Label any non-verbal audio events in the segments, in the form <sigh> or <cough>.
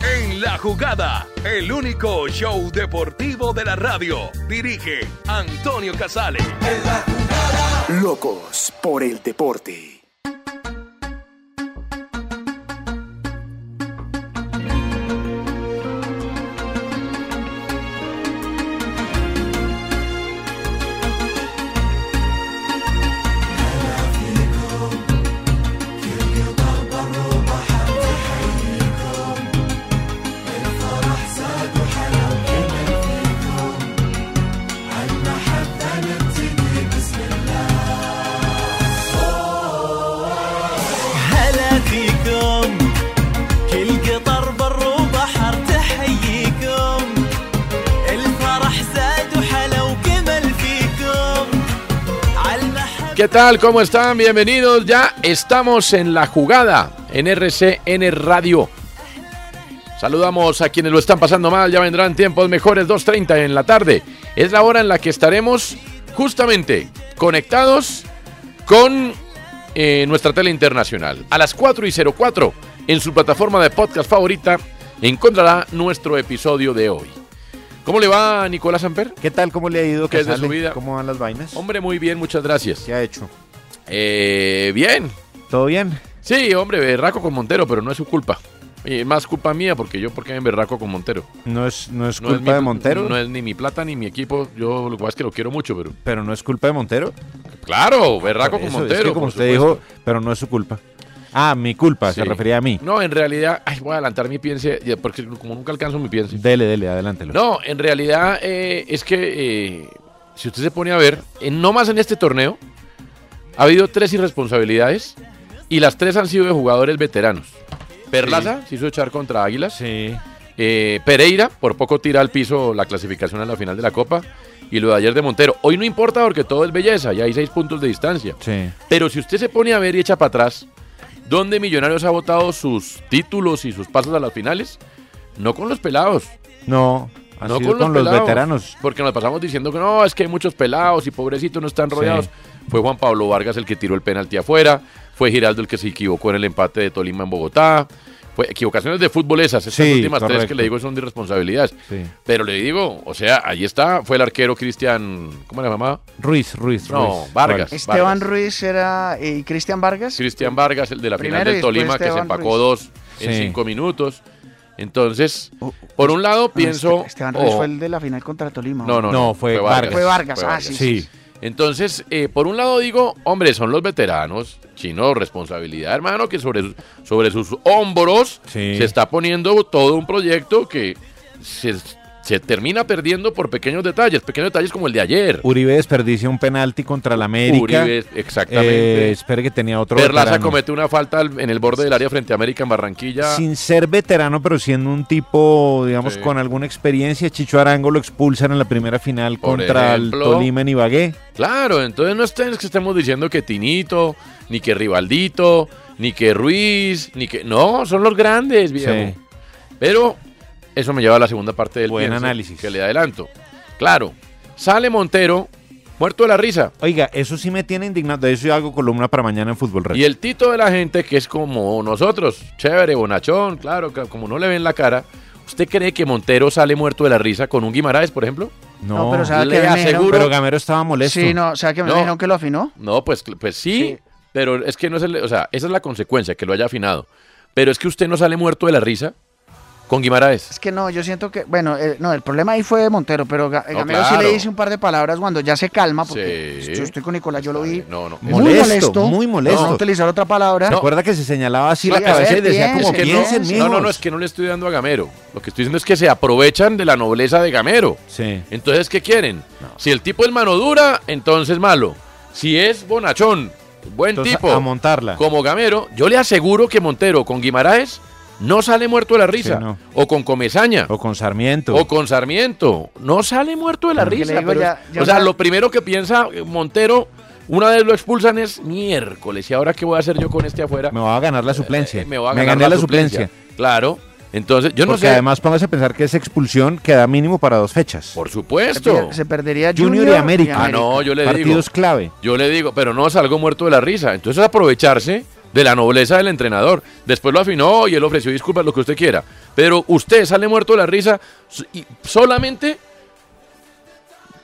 En la jugada, el único show deportivo de la radio. Dirige Antonio Casale. Locos por el deporte. هلا فيكم كل قطر بر وبحر تحييكم الفرح زاد وحلا وجمل فيكم عالمحب ¿Qué tal? ¿Cómo están? Bienvenidos. Ya estamos en la jugada en RCN Radio. Saludamos a quienes lo están pasando mal. Ya vendrán tiempos mejores, 2.30 en la tarde. Es la hora en la que estaremos justamente conectados con eh, nuestra tele internacional. A las 4 y 04 en su plataforma de podcast favorita encontrará nuestro episodio de hoy. ¿Cómo le va Nicolás Amper? ¿Qué tal? ¿Cómo le ha ido? ¿Qué es de Casale? su vida? ¿Cómo van las vainas? Hombre, muy bien, muchas gracias. ¿Qué ha hecho? Eh, bien, ¿Todo bien? Sí, hombre, berraco con Montero, pero no es su culpa. Y más culpa mía, porque yo, porque me berraco con Montero? No es, no es No culpa es mi- de Montero, No es ni mi plata ni mi equipo. Yo lo que pasa es que lo quiero mucho, pero. pero no es culpa de Montero. Claro, berraco Por con eso, Montero. es que como por usted supuesto. dijo, pero no es su culpa. Ah, mi culpa, se Sí. refería a mí. No, en realidad. Ay, voy a adelantar mi piense, ya, porque como nunca alcanzo mi piense. Dele, dele, adelántelo. No, en realidad eh, es que eh, si usted se pone a ver, en- no más en este torneo, ha habido tres irresponsabilidades y las tres han sido de jugadores veteranos. Perlaza se hizo echar contra Águilas. Sí. Eh, Pereira, por poco tira al piso la clasificación a la final de la Copa. Y lo de ayer de Montero. Hoy no importa porque todo es belleza, ya hay seis puntos de distancia. Sí. Pero si usted se pone a ver y echa para atrás, ¿dónde Millonarios ha votado sus títulos y sus pasos a las finales? No con los pelados, No, ha no sido con los, pelados, veteranos. Porque nos pasamos diciendo que no, es que hay muchos pelados y pobrecitos no están rodeados. Sí. Fue Juan Pablo Vargas el que tiró el penalti afuera, fue Giraldo el que se equivocó en el empate de Tolima en Bogotá. Fue equivocaciones de fútbol esas, Pues estas Sí, últimas tres que correcto. le digo son de irresponsabilidades. Sí. Pero le digo, o sea, ahí está, fue el arquero Cristian, ¿cómo le llamaba? Ruiz, Ruiz, No, Ruiz. Vargas. Esteban Vargas. Ruiz era eh, y Cristian Vargas. Cristian Vargas, el de la final Primero y del después Tolima, que se Esteban empacó Ruiz. dos en Sí. cinco minutos. Entonces, Oh, por un lado no, pienso... Este- Esteban Ruiz oh, fue el de la final contra Tolima. no, no, no, No, fue Vargas. Fue Vargas, fue ah, Vargas. sí, Sí. Entonces, eh, por un lado digo, hombre, son los veteranos, chino, responsabilidad, hermano, que sobre, sus- sobre sus hombros Sí. se está poniendo todo un proyecto que se, se termina perdiendo por pequeños detalles, pequeños detalles como el de ayer. Uribe desperdicia un penalti contra la América. Uribe, exactamente. Eh, espere que tenía otro Perlaza veterano. comete una falta al- en el borde del área frente a América en Barranquilla. sin ser veterano, pero siendo un tipo, digamos, Sí. con alguna experiencia. Chicho Arango lo expulsan en la primera final Por contra el ejemplo. Tolima en Ibagué. Claro, entonces no estén- es que estemos diciendo que Tinito, ni que Rivaldito, ni que Ruiz, ni que... No, son los grandes, viejo. Sí. Pero eso me lleva a la segunda parte del Buen piense, análisis. que le adelanto. Claro, sale Montero, muerto de la risa. Oiga, eso sí me tiene indignado. De eso yo hago columna para mañana en Fútbol Red. Y el tito de la gente, que es como nosotros, chévere, bonachón, claro, ca- como no le ven la cara, ¿usted cree que Montero sale muerto de la risa con un Guimaraes, por ejemplo? No, No, pero pero, sabe que le Gamero- aseguro... Gamero estaba molesto. Sí, no, o sea que me No. dijeron que lo afinó. No, pues, cl- pues sí, Sí. Pero es que no es el, o sea, esa es la consecuencia, que lo haya afinado. Pero es que usted no sale muerto de la risa con Guimaraes. Es que no, yo siento que, bueno, eh, no, el problema ahí fue Montero, pero Ga- No, Gamero sí claro. le dice un par de palabras cuando ya se calma, porque pues, Sí. yo estoy con Nicolás, yo lo vi No, no. muy Molesto, molesto, muy molesto. No utilizar otra palabra. ¿Se acuerda que se señalaba Sí, así la a ver, cabeza y decía piensen, como Que que no, piensen, no, no, mijos"? no, es que no le estoy dando a Gamero. Lo que estoy diciendo es que se aprovechan de la nobleza de Gamero. Sí. Entonces, ¿qué quieren? Si el tipo es mano dura, entonces malo. Si es bonachón, buen Entonces, tipo, a montarla. como Gamero, yo le aseguro que Montero con Guimaraes no sale muerto de la risa. no. O con Comezaña. O con Sarmiento. O con Sarmiento. No sale muerto de la Lo que risa. le digo pero- ya- ya o sea, una- lo primero que piensa eh, Montero, una vez lo expulsan, es miércoles. ¿Y ahora qué voy a hacer yo con este afuera? Me va a ganar la suplencia. Eh, me voy a ganar gané la suplencia. Claro. Entonces, yo no Porque sé. además póngase a pensar que esa expulsión queda mínimo para dos fechas. por Se per- supuesto. Se perdería Junior y América. Ah, no, yo le Partidos digo. clave. Yo le digo, pero no salgo muerto de la risa. Entonces aprovecharse de la nobleza del entrenador. Después lo afinó y él ofreció disculpas, lo que usted quiera. Pero usted sale muerto de la risa s- y solamente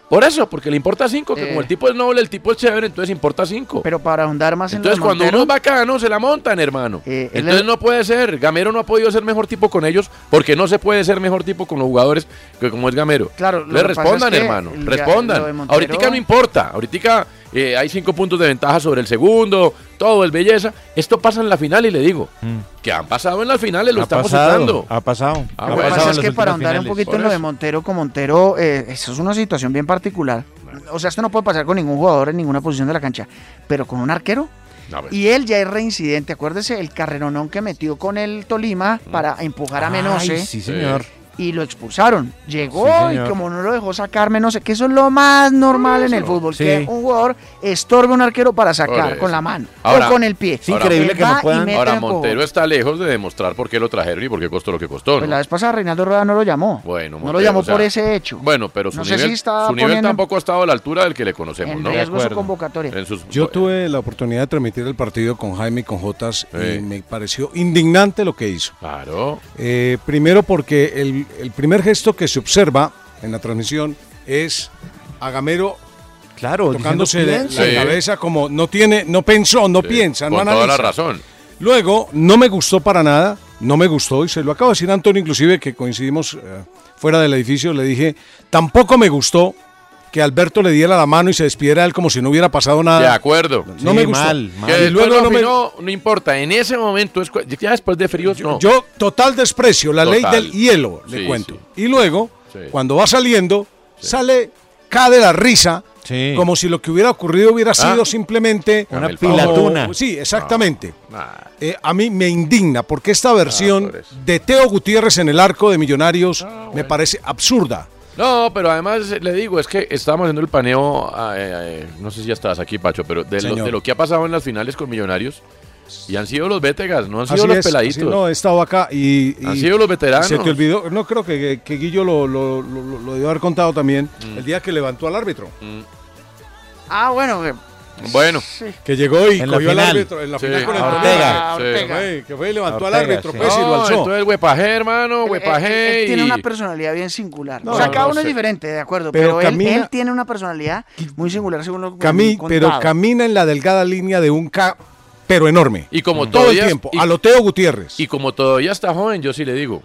por eso, porque le importa cinco, que Eh. como el tipo es noble, el tipo es chévere, entonces importa cinco. Pero para ahondar más entonces en lo de cuando Montero, uno es bacano, se la montan, hermano. Eh, él entonces es- no puede ser. Gamero no ha podido ser mejor tipo con ellos porque no se puede ser mejor tipo con los jugadores que como es Gamero. Claro, lo le que pasa respondan, es que hermano. el Ga- lo de Respondan. Montero- Ahorita no importa. Ahorita eh, hay cinco puntos de ventaja sobre el segundo. Todo es belleza. Esto pasa en la final y le digo Mm. que han pasado en las finales. Lo ha, estamos pasado, citando. ha pasado. Ah, Ha Lo que bueno. pasado pasa en es las que para ahondar últimas un finales. poquito Por en lo de eso. Montero, con Montero, eh, eso es una situación bien particular. O sea, esto no puede pasar con ningún jugador en ninguna posición de la cancha, pero con un arquero. No, pues. pero- Y él ya es reincidente, acuérdese, el carreronón que metió con el Tolima Mm. para empujar a Menose Ay, sí, señor. y lo expulsaron. Llegó Sí, y señor. como no lo dejó sacar Menose, que eso es lo más normal en el fútbol, Sí. que un jugador estorbe a un arquero para Por sacar eso. con la mano Ahora- o con el pie. Es increíble Él que no va y puedan- mete el Ahora empujón. Montero está lejos de demostrar por qué lo trajeron y por qué costó lo que costó. Pues ¿no? la vez pasada Reinaldo Rueda no lo llamó. Bueno, no Montero, lo llamó o sea, por ese hecho. Bueno, pero su No sé nivel, si está su nivel poniendo en- tampoco ha estado a la altura del que le conocemos, en ¿no? riesgo su acuerdo. convocatoria. En sus- eh. Yo tuve la oportunidad de transmitir el partido con Jaime y con Jotas Sí. y me pareció indignante lo que hizo. Claro. Eh, primero porque el, el primer gesto que se observa en la transmisión es a Gamero Claro, tocándose diciendo, la- la, "Piensa". Sí. cabeza como no tiene, no pensó, no Sí, piensa, no Con toda analiza. la razón. Luego, no me gustó para nada, no me gustó, y se lo acabo de decir a Antonio, inclusive que coincidimos eh, fuera del edificio, le dije, tampoco me gustó que Alberto le diera la mano y se despidiera de él como si no hubiera pasado nada. De acuerdo. No Sí, me gustó. mal, mal. Que Y después luego lo no me- afinó, no importa. En ese momento, es cu- ya después de fríos, no. Yo, total desprecio, la Total. ley del hielo, le Sí, cuento. sí. Y luego, Sí. cuando va saliendo, sale cae de la risa, Sí. como si lo que hubiera ocurrido hubiera sido simplemente Una Hágame Ah. el favor. pilatuna. Como- Sí, exactamente. Nah. Eh, a mí me indigna porque esta versión Ah, por eso. Ah, de Teo Gutiérrez en el arco de Millonarios me parece absurda. No, pero además eh, le digo, es que estábamos haciendo el paneo, ah, eh, eh, no sé si ya estabas aquí, Pacho, pero de lo, Señor. de lo que ha pasado en las finales con Millonarios, y han sido los bétegas, no han sido Así los es, peladitos. así- no, he estado acá y, y Han sido los veteranos. se te olvidó. No creo que, que Guillo lo, lo, lo- lo debió haber contado también Mm. el día que levantó al árbitro, <laughs> Ah, bueno. que- Bueno, que llegó y En la cogió al final. árbitro en la Sí. final con el Ah, Ortega. Sí. Que fue- que fue y levantó Ortega, al árbitro, sí. pues, y lo no, alzó. entonces huepajé, hermano, Él- él- huepajé. él eh, tiene y- una personalidad bien singular. No, o sea, cada no uno es sé. diferente, de acuerdo. Pero Pero, él, camina- él tiene una personalidad muy singular, según lo que me Cami- han pero contado. camina en la delgada línea de un K, pero enorme. Y como Mm. todo el todavía- tiempo, y- a lo Teo Gutiérrez. Y como todavía está joven, yo sí le digo,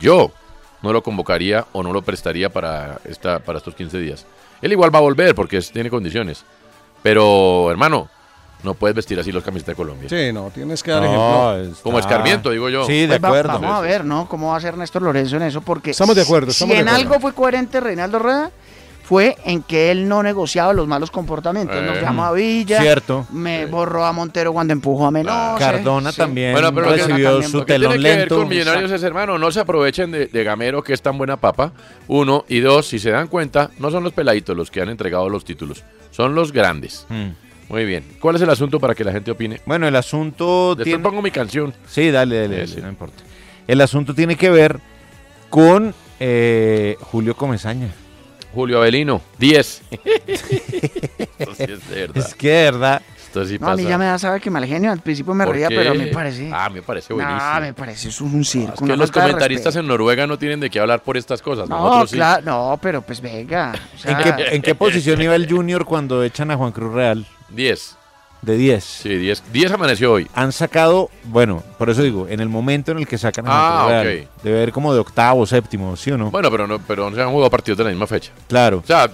yo no lo convocaría o no lo prestaría para, esta, para estos 15 días. Él igual va a volver porque es- tiene condiciones. Pero, hermano, no puedes vestir así los camisetas de Colombia. sí, no, tienes que No, dar ejemplo. está- Como escarmiento, digo yo. Sí, de Pues va- acuerdo. vamos a ver, ¿no? Cómo va a ser Néstor Lorenzo en eso, porque Estamos de acuerdo, si estamos de en acuerdo. algo fue coherente Reinaldo Rueda, fue en que él no negociaba los malos comportamientos. Eh. Nos llamó a Villa, Cierto. me borró a Montero cuando empujó a Menor. Cardona Ah, también Bueno, pero lo que- recibió Cardona su Lo que tiene telón que ver lento. con Millonarios es, hermano, no se aprovechen de, de Gamero, que es tan buena papa. Uno, y dos, si se dan cuenta, no son los peladitos los que han entregado los títulos, son los grandes. Mm. Muy bien. ¿Cuál es el asunto para que la gente opine? Bueno, el asunto Después tiene... pongo mi canción. Sí, dale, dale, Sí, dale, sí. no importa. El asunto tiene que ver con eh, Julio Comesaña. Julio Avelino, <laughs> 10. Esto sí es de verdad. Es que de verdad, Esto sí No, a mí pasa. ya me da saber que mal genio. Al principio me ¿Por reía, qué? pero me parece. Ah, me parece buenísimo. Ah, me parece eso es un circo. Es que una los falta de comentaristas respeto. en Noruega no tienen de qué hablar por estas cosas. No, Nosotros sí. claro, no, pero pues venga. o sea, <laughs> ¿en qué, en qué posición iba el Junior cuando echan a Juan Cruz Real? 10. De 10. Sí, 10. 10 amaneció hoy. Han sacado, bueno, por eso digo, en el momento en el que sacan Ah, Nacional, ok. Debe haber como de octavo, séptimo, ¿sí o no? Bueno, pero no, pero no se han jugado partidos de la misma fecha. Claro. O sea,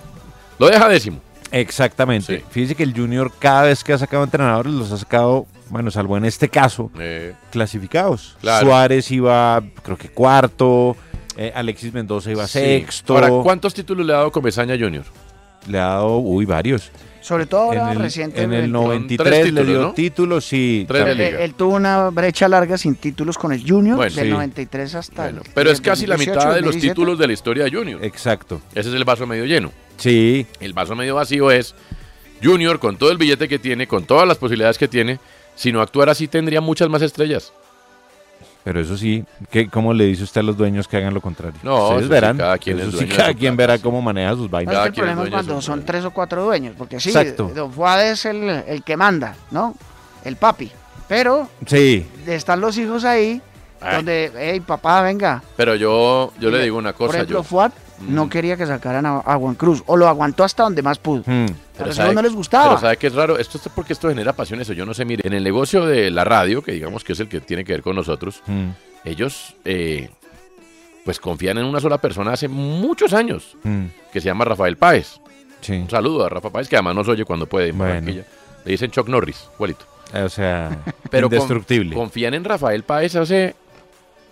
lo deja décimo. Exactamente. Fíjese que el Junior cada vez que ha sacado entrenadores los ha sacado, bueno, salvo en este caso, clasificados. Eh. claro. Suárez iba, creo que cuarto, eh, Alexis Mendoza iba Sí. sexto. Ahora, ¿cuántos títulos le ha dado Comesaña Junior? Le ha dado, uy, varios. Sobre todo ahora en el, reciente. en el el- 93 le títulos, dio ¿no? títulos, sí. Tres de Él, también. él tuvo una brecha larga sin títulos con el Junior Bueno, del sí. 93 hasta. el- Pero es desde casi la 2018, mitad de los 2017. títulos de la historia de Junior. Exacto. Ese es el vaso medio lleno. Sí. El vaso medio vacío es Junior, con todo el billete que tiene, con todas las posibilidades que tiene, si no actuara así tendría muchas más estrellas. Pero eso sí, ¿qué, ¿cómo le dice usted a los dueños que hagan lo contrario? No, eso Ustedes sí, verán. cada quien Eso es sí, dueño de cada su quien verá cómo maneja sus Ahora vainas. es que el Este problema es cuando son tres o cuatro dueños, porque sí, Exacto. Don Fuad es el, el que manda, ¿no? El papi. Pero Sí. están los hijos ahí, Ay. donde, hey, papá, venga. Pero yo, yo le digo una Por cosa, ejemplo, yo. Mm. Fuad no quería que sacaran a, a Juan Cruz, o lo aguantó hasta donde más pudo. a los hijos no les Pero gustaba. sabe que es raro, esto es porque esto genera pasiones, o yo no sé, mire, en el negocio de la radio, que digamos que es el que tiene que ver con nosotros, Mm. ellos eh, pues confían en una sola persona hace muchos años, Mm. que se llama Rafael Páez. Sí. Un saludo a Rafa Páez, que además nos oye cuando puede. en Bueno. Barranquilla. Le dicen Chuck Norris, igualito. Eh, O sea, <laughs> Pero con- indestructible. confían en Rafael Páez hace...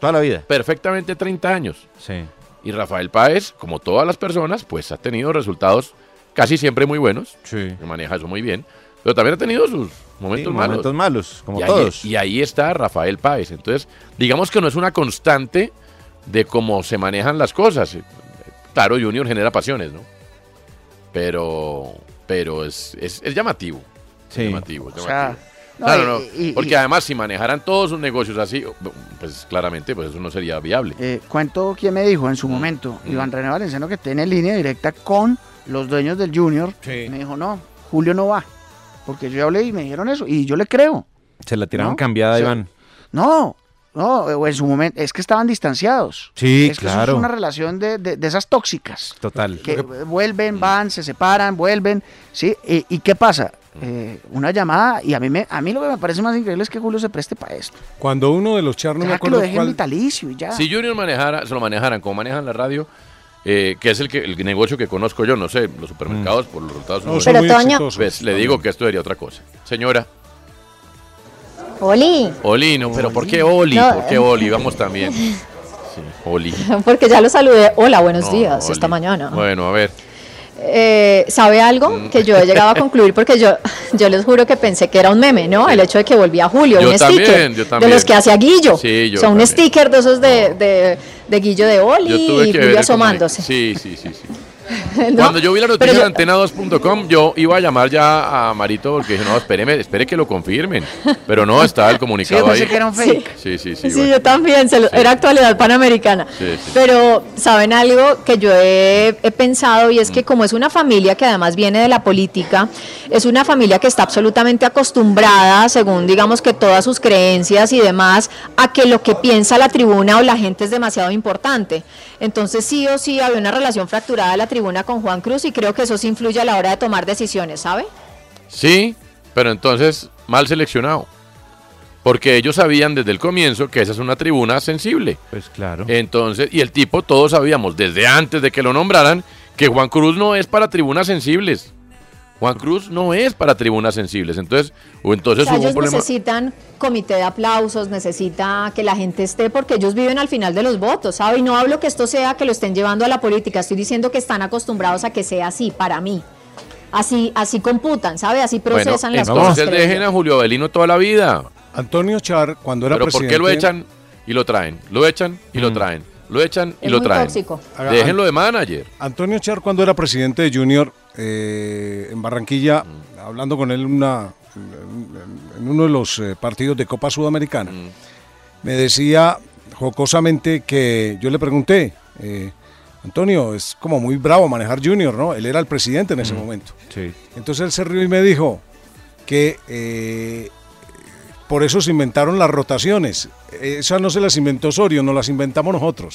Toda la vida. Perfectamente 30 años. Sí. Y Rafael Páez, como todas las personas, pues ha tenido resultados casi siempre muy buenos. Sí. Maneja eso muy bien. Pero también ha tenido sus Sí, momentos malos. momentos malos, como y ahí- todos. y ahí está Rafael Páez. Entonces, digamos que no es una constante de cómo se manejan las cosas. Claro, Junior genera pasiones, ¿no? Pero, pero es, es, es llamativo. Es llamativo, es O sea, llamativo. no, Claro, y- no, y- y- porque además si manejaran todos sus negocios así, pues claramente pues eso no sería viable. Eh, cuento quién me dijo en Mm. su momento, Iván René Valenciano, que tiene línea directa con los dueños del Junior. Me dijo, no, Julio no va. Porque yo hablé y me dijeron eso. Y yo le creo. Se la tiraron ¿No? cambiada, Sí. Iván. No, no, o en su momento, es que estaban distanciados. Sí, es que eso claro. es una relación de, de- de esas tóxicas. Total. Que eh, Mm. vuelven, van, se separan, vuelven. ¿sí? ¿Y, y qué pasa? Mm. Eh, una llamada, y a mí, me, a mí lo que me parece más increíble es que Julio se preste para esto. Cuando uno de los char, no Ya que me lo acuerdo dejen cuál. vitalicio y ya. Si Junior manejara, se lo manejaran como manejan la radio, eh, que es el, que, el negocio que conozco yo, no sé, los supermercados por los resultados. Mm. No, sus- son Pero, muy Toño- exitosos Pues, le digo que esto sería otra cosa. Señora, Oli, Oli, no, pero ¿por qué Oli? No, ¿Por qué eh. Oli? Vamos también. Sí, Oli. porque ya lo saludé. Hola, buenos No, días, Oli. esta mañana. Bueno, Mm. a ver. Eh, ¿Sabe algo? Que yo he llegado a concluir porque yo, yo les juro que pensé que era un meme, ¿no? El hecho de que volvía Julio, Yo un también, sticker. yo también. De los que hace a Guillo. Sí, yo o sea, un también. sticker de esos de, de- de Guillo de Oli y Julio el asomándose. comuni- Sí, sí, sí. sí. <laughs> ¿no? Cuando yo vi la noticia Pero de yo- antena2.com, yo iba a llamar ya a Marito porque dije, no, espéreme, espere que lo confirmen. Pero no, <laughs> estaba el comunicado pensé ahí. que era un fake. Sí, sí, sí. Sí, bueno. yo también, se lo- era actualidad panamericana. Sí, sí. Pero, ¿saben algo que yo he, he pensado? Y es que como es una familia que además viene de la política, es una familia que está absolutamente acostumbrada, según digamos que todas sus creencias y demás, a que lo que piensa la tribuna o la gente es demasiado importante. Entonces sí o sí había una relación fracturada de la tribuna con Juan Cruz y creo que eso sí influye a la hora de tomar decisiones, ¿sabe? Sí, pero entonces mal seleccionado. Porque ellos sabían desde el comienzo que esa es una tribuna sensible. Pues claro. Entonces, y el tipo, todos sabíamos desde antes de que lo nombraran que Juan Cruz no es para tribunas sensibles. Juan Cruz no es para tribunas sensibles. Entonces, o entonces O sea, hubo un ellos problema. necesitan comité de aplausos, necesita que la gente esté, porque ellos viven al final de los votos, ¿sabe? Y no hablo que esto sea que lo estén llevando a la política, estoy diciendo que están acostumbrados a que sea así, para mí. Así, así computan, ¿sabe? Así Bueno, procesan las cosas. entonces creo dejen yo. a Julio Avelino toda la vida. Antonio Char, cuando era Pero ¿por presidente. qué lo echan y lo traen? Lo echan y lo traen. Lo echan y Es lo muy traen. tóxico. Haga- Déjenlo de manager. Antonio Char, cuando era presidente de Junior eh, en Barranquilla, Mm. hablando con él en una- en uno de los eh, partidos de Copa Sudamericana, Mm. me decía jocosamente que yo le pregunté, eh, Antonio, es como muy bravo manejar Junior, ¿no? Él era el presidente en Mm. ese momento. Sí. Entonces él se rió y me dijo que eh, Por eso se inventaron las rotaciones. Esas no se las inventó Osorio, nos las inventamos nosotros.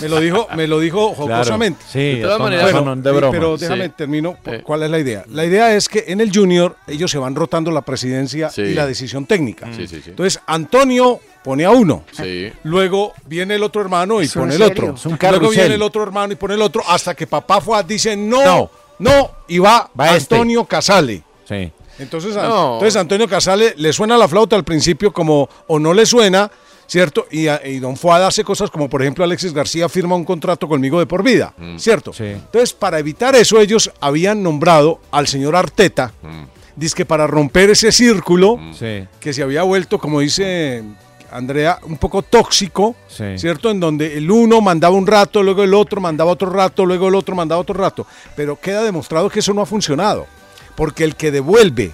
me lo dijo, me lo dijo Claro. jocosamente. Sí, De todas son- maneras, son de sí, broma. Pero déjame Sí. termino. por- ¿Cuál es la idea? La idea es que en el Junior ellos se van rotando la presidencia Sí. y la decisión técnica. Mm. Sí, sí, sí. Entonces Antonio pone a uno. Sí. Luego viene el otro hermano y Eso pone es el serio. otro. Es un Luego carrusel. viene el otro hermano y pone el otro. Hasta que papá fue dice no, no, y va, Va este. Antonio Casale. Sí. Entonces, ah, No. entonces Antonio Casale le suena la flauta al principio como o no le suena, ¿cierto? Y, a- y Don Fuad hace cosas como por ejemplo Alexis García firma un contrato conmigo de por vida, Mm. ¿cierto? Entonces para evitar eso ellos habían nombrado al señor Arteta, Mm, dizque para romper ese círculo Sí. que se había vuelto, como dice Andrea, un poco tóxico, Sí. ¿cierto? En donde el uno mandaba un rato, luego el otro mandaba otro rato, luego el otro mandaba otro rato. Pero queda demostrado que eso no ha funcionado. Porque el que devuelve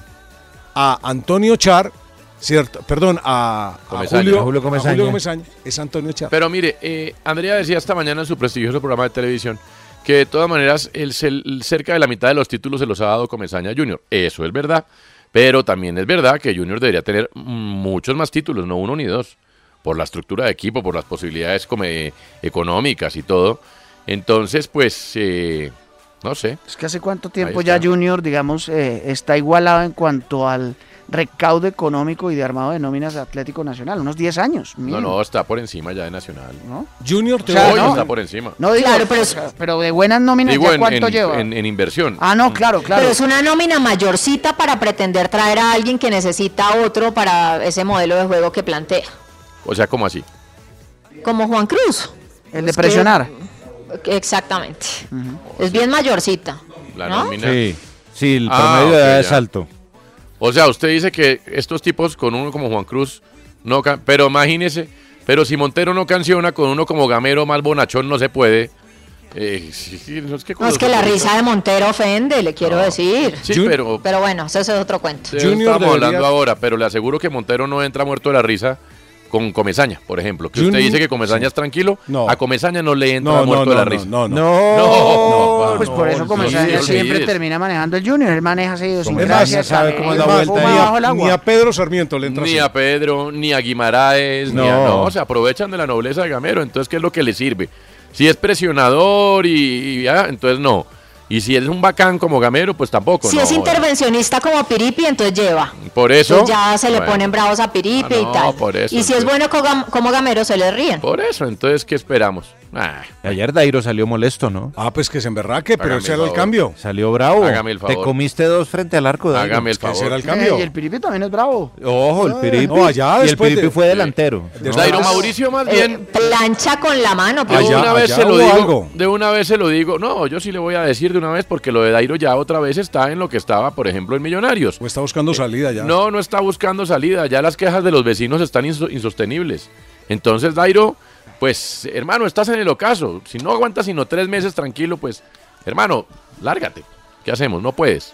a Antonio Char, ¿cierto? Perdón, a, a Comesaña. Julio, A Julio a Comesaña. Julio Comesaña, es Antonio Char. Pero mire, eh, Andrea decía esta mañana en su prestigioso programa de televisión que de todas maneras el, cel- cerca de la mitad de los títulos se los ha dado Comesaña a Junior. Eso es verdad. Pero también es verdad que Junior debería tener muchos más títulos, no uno ni dos, por la estructura de equipo, por las posibilidades como, eh, económicas y todo. Entonces, pues, eh, no sé. Es que hace cuánto tiempo Ahí ya está. Junior, digamos, eh, está igualado en cuanto al recaudo económico y de armado de nóminas de Atlético Nacional. Unos 10 años. No, mínimo. no, está por encima ya de Nacional. Junior O sea, Hoy no. está por encima. No digo, Claro, pero pero, es- pero de buenas nóminas, Digo, ¿ya en, cuánto en- lleva? en- en inversión. ah, no, claro, claro. Pero es una nómina mayorcita para pretender traer a alguien que necesita otro para ese modelo de juego que plantea. O sea, ¿cómo así? Como Juan Cruz. El de presionar. Exactamente. Es bien mayorcita. La ¿No? nómina. Sí, sí, el Ah, promedio de ok, edad ya. es alto. O sea, usted dice que estos tipos con uno como Juan Cruz no can- pero imagínese, pero si Montero no canciona con uno como Gamero más bonachón no se puede. Eh, sí, sí, no, es que, No, es que la risa de Montero ofende, le quiero decir. Sí, Jun- pero- Pero bueno, eso es otro cuento. Estamos hablando ahora, pero le aseguro que Montero no entra muerto de la risa con Comezaña, por ejemplo. Que usted Junior- dice que Comezaña es tranquilo, a Comezaña no le entra No, no, muerto de no, la no, risa. no, no. no, no, pues por eso Comesaña sí, siempre olvides. termina manejando el Junior. Él maneja así sin Es más, gracia, sabe cómo es la vuelta ahí. bajo el Ni agua. a Pedro Sarmiento le entra Ni así. a Pedro, ni a Guimaraes, ni a- No. no, se aprovechan de la nobleza de Gamero. Entonces, ¿qué es lo que le sirve? Si es presionador y, y ya, entonces no. Y si es un bacán como Gamero, pues tampoco. Si no. es intervencionista como Piripi, entonces lleva. Por eso. Entonces ya se le bueno, ponen bravos a Piripi Ah, y no, tal. por eso, y si es entonces- bueno co- gam- como Gamero, se le ríen. Por eso, entonces, ¿qué esperamos? Ah, Ayer Dairo salió molesto, ¿no? Ah, pues que se emberraque, pero Hágame ese el era el favor. cambio. Salió bravo. Hágame el Te favor. comiste dos frente al arco, Dairo. Hágame el favor. Y el Piripi también es bravo. Ojo, el Ah, Piripi. no, allá y el después Piripi de- fue delantero. Después- Dairo Mauricio, más bien. Eh, Ah, plancha con la mano. De Piripi. una vez allá se lo hubo digo. algo. De una vez se lo digo. No, yo sí le voy a decir de una vez porque lo de Dairo ya otra vez está en lo que estaba, por ejemplo, en Millonarios. Eh, O está buscando salida ya. No, no está buscando salida. Ya las quejas de los vecinos están inso- insostenibles. Entonces, Dairo, pues, hermano, estás en el ocaso. Si no aguantas sino tres meses tranquilo, pues, hermano, lárgate. ¿Qué hacemos? No puedes.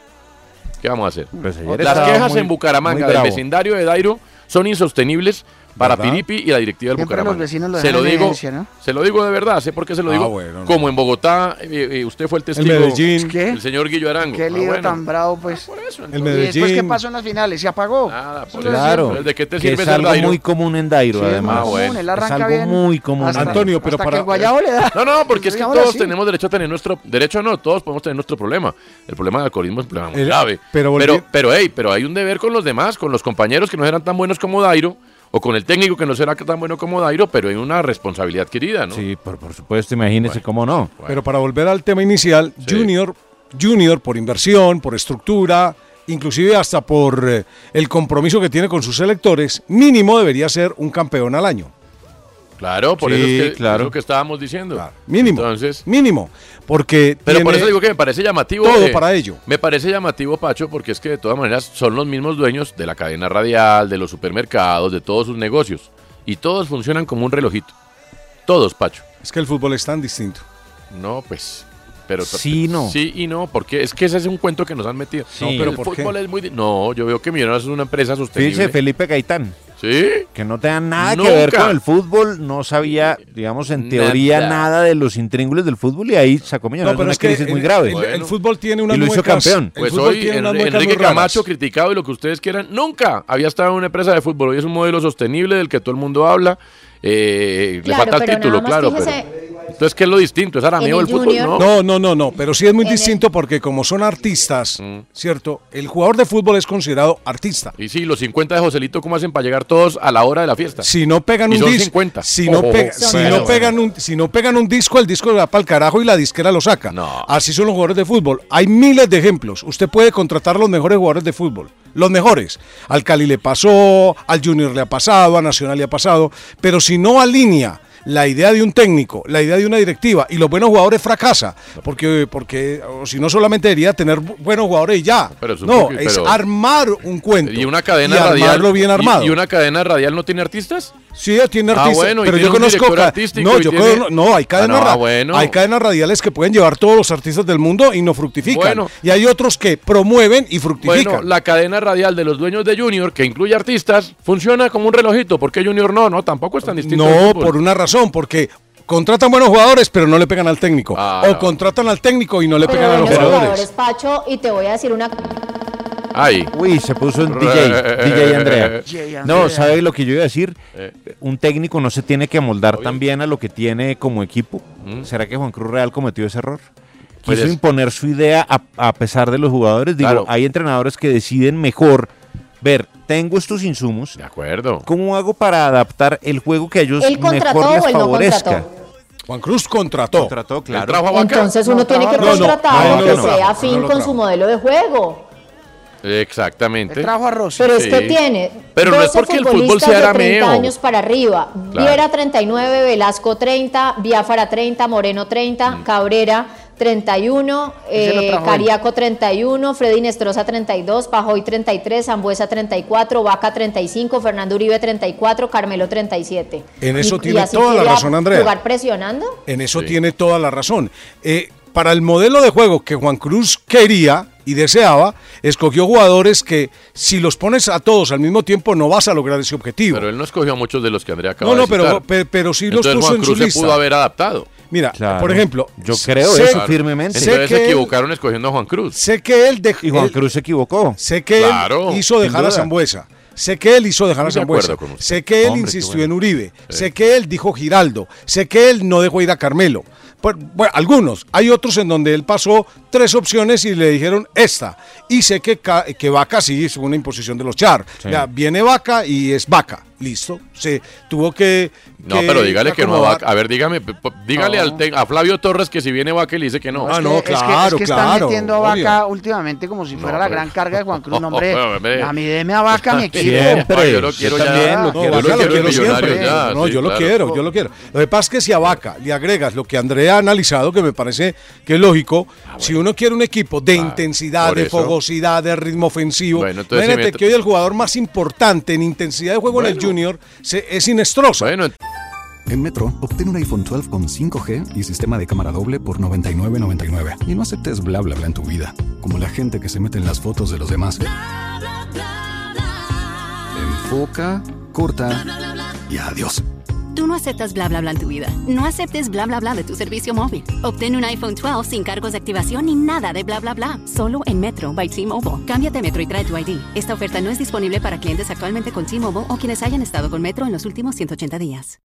¿Qué vamos a hacer? Pues ayer las estaba quejas muy- en Bucaramanga muy del bravo. vecindario de Dairo son insostenibles para ¿Verdad? Piripi y la directiva del Siempre los Bucaramanga. vecinos lo se dejan lo en digo, evidencia, ¿no? se lo digo de verdad, sé por qué se lo Ah, digo. bueno, no. Como en Bogotá, eh, eh, usted fue el testigo. Medellín. ¿Qué? El señor Guillo Arango. Qué Ah, lío bueno. Ah, tan bravo, pues. El ¿Y después qué Medellín. pasó en las finales? ¿Se apagó? Eso es Claro. ¿De qué te que sirve es ser algo Dairo? muy común en Dairo, Sí, ah, es además. muy común, él es arranca algo bien. muy común. en Dairo. Antonio, pero hasta para. eh, que el guayabo le da. No, no, porque es que Digámoslo todos así. tenemos derecho a tener nuestro derecho, no, todos podemos tener nuestro problema. El problema del alcoholismo es un problema muy El- grave. Eh, pero volvi- pero, pero, hey, pero hay un deber con los demás, con los compañeros que no eran tan buenos como Dairo, o con el técnico que no será tan bueno como Dairo, pero hay una responsabilidad adquirida, ¿no? Sí, por, por supuesto, imagínese cómo no. Pero para volver al tema inicial, Junior, Junior por inversión, por estructura, inclusive hasta por eh, el compromiso que tiene con sus electores, mínimo debería ser un campeón al año. Claro, por Sí, eso es que, claro. es lo que estábamos diciendo. Mínimo. mínimo. Porque Pero por tiene- eso digo que me parece llamativo. todo eh, para ello. Me parece llamativo, Pacho, porque es que de todas maneras son los mismos dueños de la cadena radial, de los supermercados, de todos sus negocios. Y todos funcionan como un relojito. Todos, Pacho. es que el fútbol es tan distinto. No, pues. Pero, Sí, no. Sí y no, porque es que ese es un cuento que nos han metido. Sí. No, pero ¿Pero el por qué? fútbol es muy. di- No, yo veo que Millonarios es una empresa sostenible. Fíjese, Felipe Gaitán. ¿Sí? Que no tengan nada que ver Nunca. con el fútbol. No sabía, digamos, en teoría Nada. nada, de los intríngulos del fútbol y ahí sacó Millonarios No, pero una es que crisis muy el- grave. el- el Bueno. fútbol tiene unas Y lo hizo muecas- campeón. el Pues fútbol hoy tiene unas Enri- muecas muy Enrique raras. Camacho criticado y lo que ustedes quieran, nunca había estado en una empresa de fútbol. Hoy es un modelo sostenible del que todo el mundo habla. eh, Claro, le falta el pero título, nada más claro. fíjese- pero- entonces, ¿qué es lo distinto? ¿Es arameo el, fútbol? No. No, no, no, no, pero sí es muy distinto porque como son artistas, Mm. ¿cierto? El jugador de fútbol es considerado artista. Y sí, los 50 de Joselito, ¿cómo hacen para llegar todos a la hora de la fiesta? Si no pegan Y un son disco, 50. si no, Ojo, pega- ojo. si Bueno, no pegan un, si no pegan un disco, el disco va para el carajo y la disquera lo saca. Así son los jugadores de fútbol. Hay miles de ejemplos. Usted puede contratar a los mejores jugadores de fútbol, los mejores. Al Cali le pasó, al Junior le ha pasado, a Nacional le ha pasado, pero si no alinea la idea de un técnico, la idea de una directiva y los buenos jugadores fracasa, porque porque o si no solamente debería tener bu- buenos jugadores y ya. Pero es un no, poquito- es pero- armar un cuento Y una cadena y radial. armarlo bien y- armado. Y, una cadena radial no tiene artistas? Sí, eh, tiene Ah, artistas, bueno, y pero tiene yo un conozco director ca- artístico no, y yo tiene- cono- no, hay cadenas, Ah, no, ra- bueno. hay cadenas radiales que pueden llevar todos los artistas del mundo y no fructifican. Bueno. Y hay otros que promueven y fructifican. Bueno, la cadena radial de los dueños de Junior, que incluye artistas, funciona como un relojito. ¿Por qué Junior no? No, tampoco es tan distinto. no, por una razón, porque contratan buenos jugadores, pero no le pegan al técnico. Ah, o contratan al técnico y no le Pero pegan a los buenos jugadores. jugadores, Pacho, y te voy a decir una Ay. Uy, se puso un Eh, DJ, <laughs> DJ DJ Andrea. No, Andrea. ¿sabe lo que yo iba a decir? Eh. Un técnico no se tiene que amoldar también a lo que tiene como equipo. ¿Será que Juan Cruz Real cometió ese error? Mm. Pues Quiso es- imponer su idea a, a pesar de los jugadores. Digo, Claro. hay entrenadores que deciden mejor ver, tengo estos insumos. De acuerdo. ¿Cómo hago para adaptar el juego que a ellos ¿Él contrató mejor les o él no favorezca? Juan Cruz contrató. Contrató, claro. Entonces uno tiene que No, no, contratar no, lo no, que no, sea no, afín no lo con trajo. su modelo de juego. Exactamente. Pero es Sí. que tiene Pero no es 12 porque el fútbol futbolistas sea de 30 arameo. años para arriba. Claro. Viera 39, Velasco 30, Biafara 30, Moreno 30, Mm. Cabrera 31, Ese lo eh, trajo él. Cariaco 31, Freddy Nestroza 32, Pajoy 33, Zambuesa 34, Vaca 35, Fernando Uribe 34, Carmelo 37. En eso Y- y tiene así toda la quiere razón, Andrea. ¿Jugar presionando? En eso tiene toda la razón. Eh, para el modelo de juego que Juan Cruz quería y deseaba, escogió jugadores que si los pones a todos al mismo tiempo no vas a lograr ese objetivo. Pero él no escogió a muchos de los que Andrea acaba No, no, de citar. pero, pe- pero sí los Entonces, puso Juan en Cruz su se lista. pudo haber adaptado. Mira, Claro. por ejemplo, Yo creo sé- eso firmemente. Sé Entonces se que, equivocaron escogiendo a Juan Cruz. sé que él dejó. Y Juan Cruz se equivocó. Sé que Claro, él hizo sin dejar a duda. Zambuesa. Sé que él hizo dejar a Muy de Zambuesa. acuerdo con usted. Sé que él Hombre, qué insistió bueno. en Uribe. Sé que él dijo Giraldo. Sé que él no dejó ir a Carmelo. Pues, bueno, algunos. Hay otros en donde él pasó tres opciones y le dijeron esta. Y sé que, Ca- que Vaca sí es una imposición de los Char. Sí. Ya, viene Vaca y es Vaca. Listo. Se tuvo que. No, que pero dígale que no a acomodar. Vaca. A ver, dígame, p- p- dígale No. al te- a Flavio Torres que si viene Vaca y le dice que no. Ah, no, Es que- es que están metiendo a Vaca últimamente como si fuera la gran carga de Juan Cruz. No, hombre, <laughs> No, Oh, hombre. a mí deme a Vaca <laughs> mi equipo. Siempre. Yo lo quiero ya. No, Yo Vaca lo quiero en Millonarios siempre. ya, No, sí, yo lo claro. quiero, yo lo quiero. Lo que pasa es que si a Vaca le agregas lo que Andrea ha analizado, que me parece que es lógico, si uno quiere un equipo de intensidad, Ah, por de eso. fogosidad, de ritmo ofensivo, Bueno, entonces, imagínate si me- que hoy el jugador más importante en intensidad de juego en el Junior se- es Inestrosa. En Metro, obtén un iPhone 12 con 5G y sistema de cámara doble por $99.99. Y no aceptes bla bla bla en tu vida, como la gente que se mete en las fotos de los demás. Enfoca, corta y adiós. Tú no aceptas bla bla bla en tu vida. No aceptes bla bla bla de tu servicio móvil. Obtén un iPhone 12 sin cargos de activación ni nada de bla bla bla. Solo en Metro by T-Mobile. Cámbiate a Metro y trae tu ID. Esta oferta no es disponible para clientes actualmente con T-Mobile o quienes hayan estado con Metro en los últimos 180 días.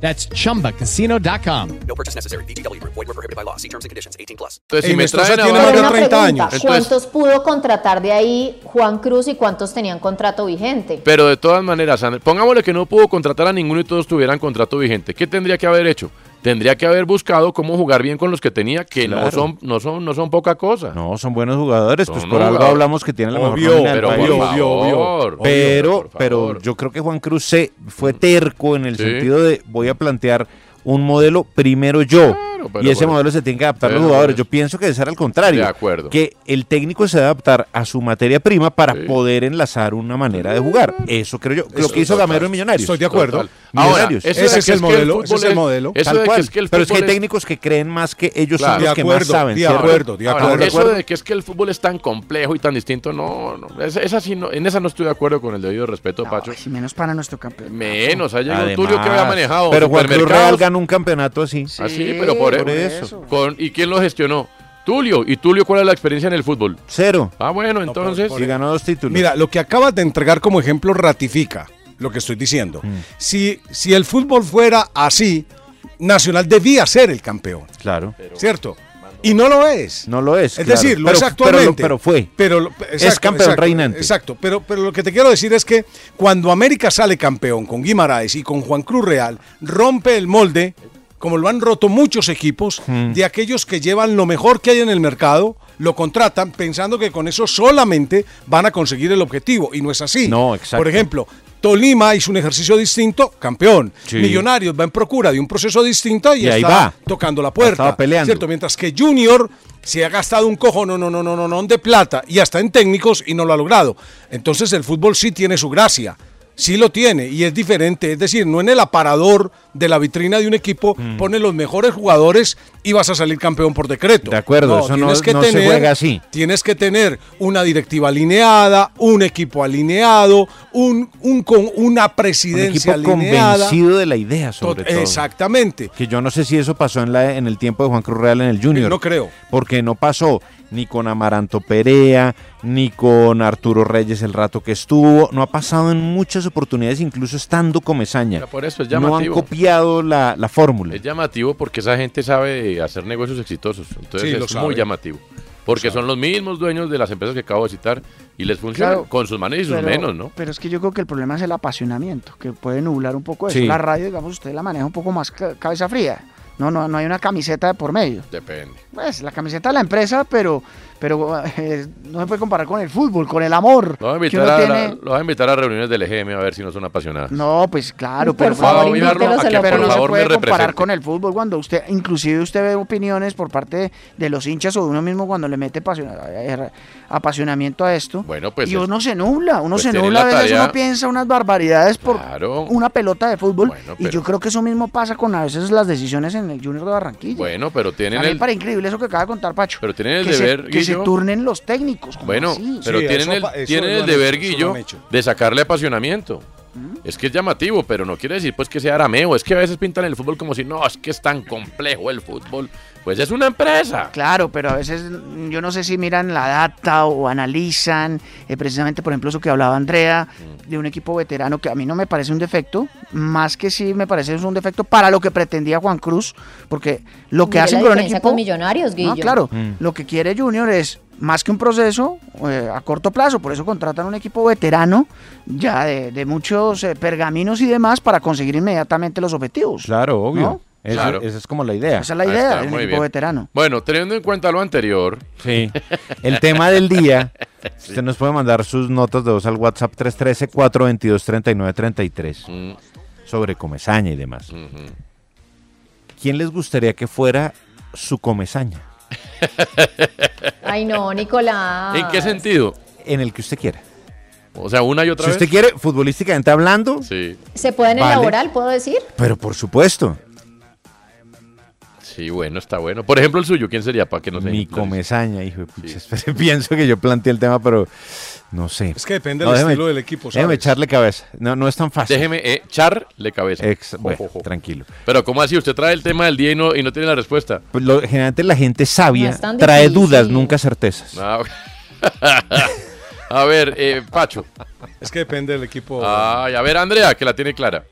That's chumbacasino.com. No purchase necessary. VGW Group. Void were prohibited by law. See terms and conditions. 18 plus. Entonces, si me traen a tiene Vaca- más de Una 30 pregunta, años. ¿Cuántos pudo contratar de ahí Juan Cruz y cuántos tenían contrato vigente? Pero de todas maneras, André- pongámosle que no pudo contratar a ninguno y todos tuvieran contrato vigente. ¿Qué tendría que haber hecho? Tendría que haber buscado cómo jugar bien con los que tenía, que no Claro. son, no son, no son poca cosa. No, son buenos jugadores, pues Son por algo jugadores. hablamos que tiene la mejor Obvio, nómina del pero país. por Obvio, obvio, favor. obvio, Pero, pero por pero yo creo que Juan Cruz se fue terco en el Mm. Sí. sentido de voy a plantear un modelo primero yo. pero y ese bueno. modelo se tiene que adaptar a los Pero jugadores. bueno. Yo pienso que debe ser al contrario. De acuerdo. Que el técnico se debe adaptar a su materia prima para poder enlazar una manera de jugar. Eso creo yo. Lo Eso, que hizo total. Gamero en Millonarios. Estoy de acuerdo. Total. Ahora, Millonarios. eso de Ese que es el es que el modelo, ese es el fútbol es- modelo. eso Tal de que cual. es que el pero es que hay fútbol es- técnicos que creen más que ellos Claro. son los que más saben. de ¿cierto? acuerdo, de Ahora, acuerdo. ¿de Eso acuerdo? de que es que el fútbol es tan complejo y tan distinto, no, no. Es- esa sí no- en esa no estoy de acuerdo con el debido respeto, Pacho. menos para nuestro campeón. Menos, ha llegado Además, Tulio que había manejado. Pero Juan Cruz supermercados. Real ganó un campeonato así. Así, pero por, eso. Con- ¿Y quién lo gestionó? Tulio. ¿Y Tulio cuál es la experiencia en el fútbol? Cero. Ah, bueno, entonces. por- Y ganó dos títulos. Mira, lo que acabas de entregar como ejemplo ratifica lo que estoy diciendo. Si, si el fútbol fuera así, Nacional debía ser el campeón, Claro. ¿cierto? Y no lo es. No lo es. Es claro. decir, lo Pero- es pero lo- actualmente. Pero, fue. Pero lo- Es exacto, campeón exacto, reinante. Exacto, pero, pero lo que te quiero decir es que cuando América sale campeón con Guimaraes y con Juan Cruz Real, rompe el molde, como lo han roto muchos equipos, Mm. de aquellos que llevan lo mejor que hay en el mercado, lo contratan pensando que con eso solamente van a conseguir el objetivo, y no es así. No, exacto. Por ejemplo, Tolima hizo un ejercicio distinto, campeón. Sí. Millonarios va en procura de un proceso distinto y, Y ahí está va. tocando la puerta. Estaba peleando. ¿cierto? Mientras que Junior se ha gastado un cojo, no, no, no, no, no, no, de plata y hasta en técnicos y no lo ha logrado. Entonces el fútbol sí tiene su gracia, sí lo tiene y es diferente. Es decir, no en el aparador de la vitrina de un equipo Mm. pone los mejores jugadores y vas a salir campeón por decreto. De acuerdo, eso no- tienes que no se tener- juega así. Tienes que tener una directiva alineada, un equipo alineado, un, un con una Un equipo presidencia alineada. convencido de la idea, sobre Tot- todo. Exactamente. Que yo no sé si eso pasó en, la, en el tiempo de Juan Cruz Real en el Junior. No creo. Porque no pasó ni con Amaranto Perea, ni con Arturo Reyes el rato que estuvo. No ha pasado en muchas oportunidades, incluso estando Comezaña. Por eso es No han llamativo. copiado la, la fórmula. es llamativo porque esa gente sabe hacer negocios exitosos. Entonces Sí, lo es muy sabe. llamativo. Porque son los mismos dueños de las empresas que acabo de citar y les funciona Claro, con sus manos y sus pero- menos, ¿no? Pero es que yo creo que el problema es el apasionamiento, que puede nublar un poco eso. Sí. La radio, digamos, usted la maneja un poco más ca- cabeza fría. No, no, no hay una camiseta de por medio. Depende. Pues la camiseta de la empresa, pero, pero <laughs> eh, no se puede comparar con el fútbol, con el amor. Lo voy, a que invitar uno a, tiene. lo voy a invitar a reuniones del EGM a ver si no son apasionadas. No, pues claro, pero, favor, Voy a invítelos a que, pero por no se favor, me puede comparar represente. con el fútbol cuando usted, inclusive usted ve opiniones por parte de los hinchas o de uno mismo cuando le mete pasión- eh, apasionamiento a esto. Bueno, pues y es- uno se nubla, uno pues se tienen nubla, a la veces tarea- uno piensa unas barbaridades por Claro. una pelota de fútbol. Y pero- yo creo que eso mismo pasa con a veces las decisiones en el Junior de Barranquilla. Bueno, pero tienen a mí el, para increíble eso que acaba de contar Pacho. pero tienen el que se- deber, que se Guillo. turnen los técnicos. ¿cómo Bueno, así? pero Sí, tienen eso el, pa- eso tienen lo el han deber, hecho, eso Guillo, lo han hecho. de sacarle apasionamiento. Mm. Es que es llamativo, pero no quiere decir pues que sea arameo. Es que a veces pintan el fútbol como si no, es que es tan complejo el fútbol. Pues es una empresa. Claro, pero a veces mm, yo no sé si miran la data o analizan, eh, precisamente por ejemplo eso que hablaba Andrea, Mm. de un equipo veterano que a mí no me parece un defecto, más que sí me parece es un defecto para lo que pretendía Juan Cruz, porque lo que Mire hacen la con un diferencia equipo... con Millonarios, No, Guillo. claro, Mm. lo que quiere Junior es más que un proceso eh, a corto plazo, por eso contratan un equipo veterano ya de, de muchos eh, pergaminos y demás para conseguir inmediatamente los objetivos. Claro, obvio. ¿No? Eso- Claro. Esa es como la idea. Esa es la Ahí idea está, de un muy equipo bien. veterano. Bueno, teniendo en cuenta lo anterior, Sí. <laughs> El tema del día. Usted nos puede mandar sus notas de voz al WhatsApp 313-422-3933 Mm. sobre comezaña y demás. ¿Quién les gustaría que fuera su comezaña? Ay, no, Nicolás. ¿en qué sentido? En el que usted quiera. O sea, una y otra Si vez. usted quiere, futbolísticamente hablando, Sí, ¿Se pueden Vale. elaborar, puedo decir? pero por supuesto, sí, bueno, está bueno. Por ejemplo, el suyo, ¿quién sería para que no se mi comezaña, hijo de pucha. espere, <laughs> Pienso que yo planteé el tema, pero no sé. Es que depende del estilo del equipo, Déjeme ¿sabes? echarle cabeza. No, no es tan fácil. Déjeme echarle cabeza. Ex- bueno, Ojo, ojo. tranquilo. Pero ¿cómo así? Usted trae el tema del día y no, y no tiene la respuesta. Pues lo- generalmente la gente No sabia es tan trae difícil. dudas, nunca certezas. Ah, <laughs> a ver, eh, Pacho. Es que depende del equipo. Ay, a ver, Andrea, que la tiene clara.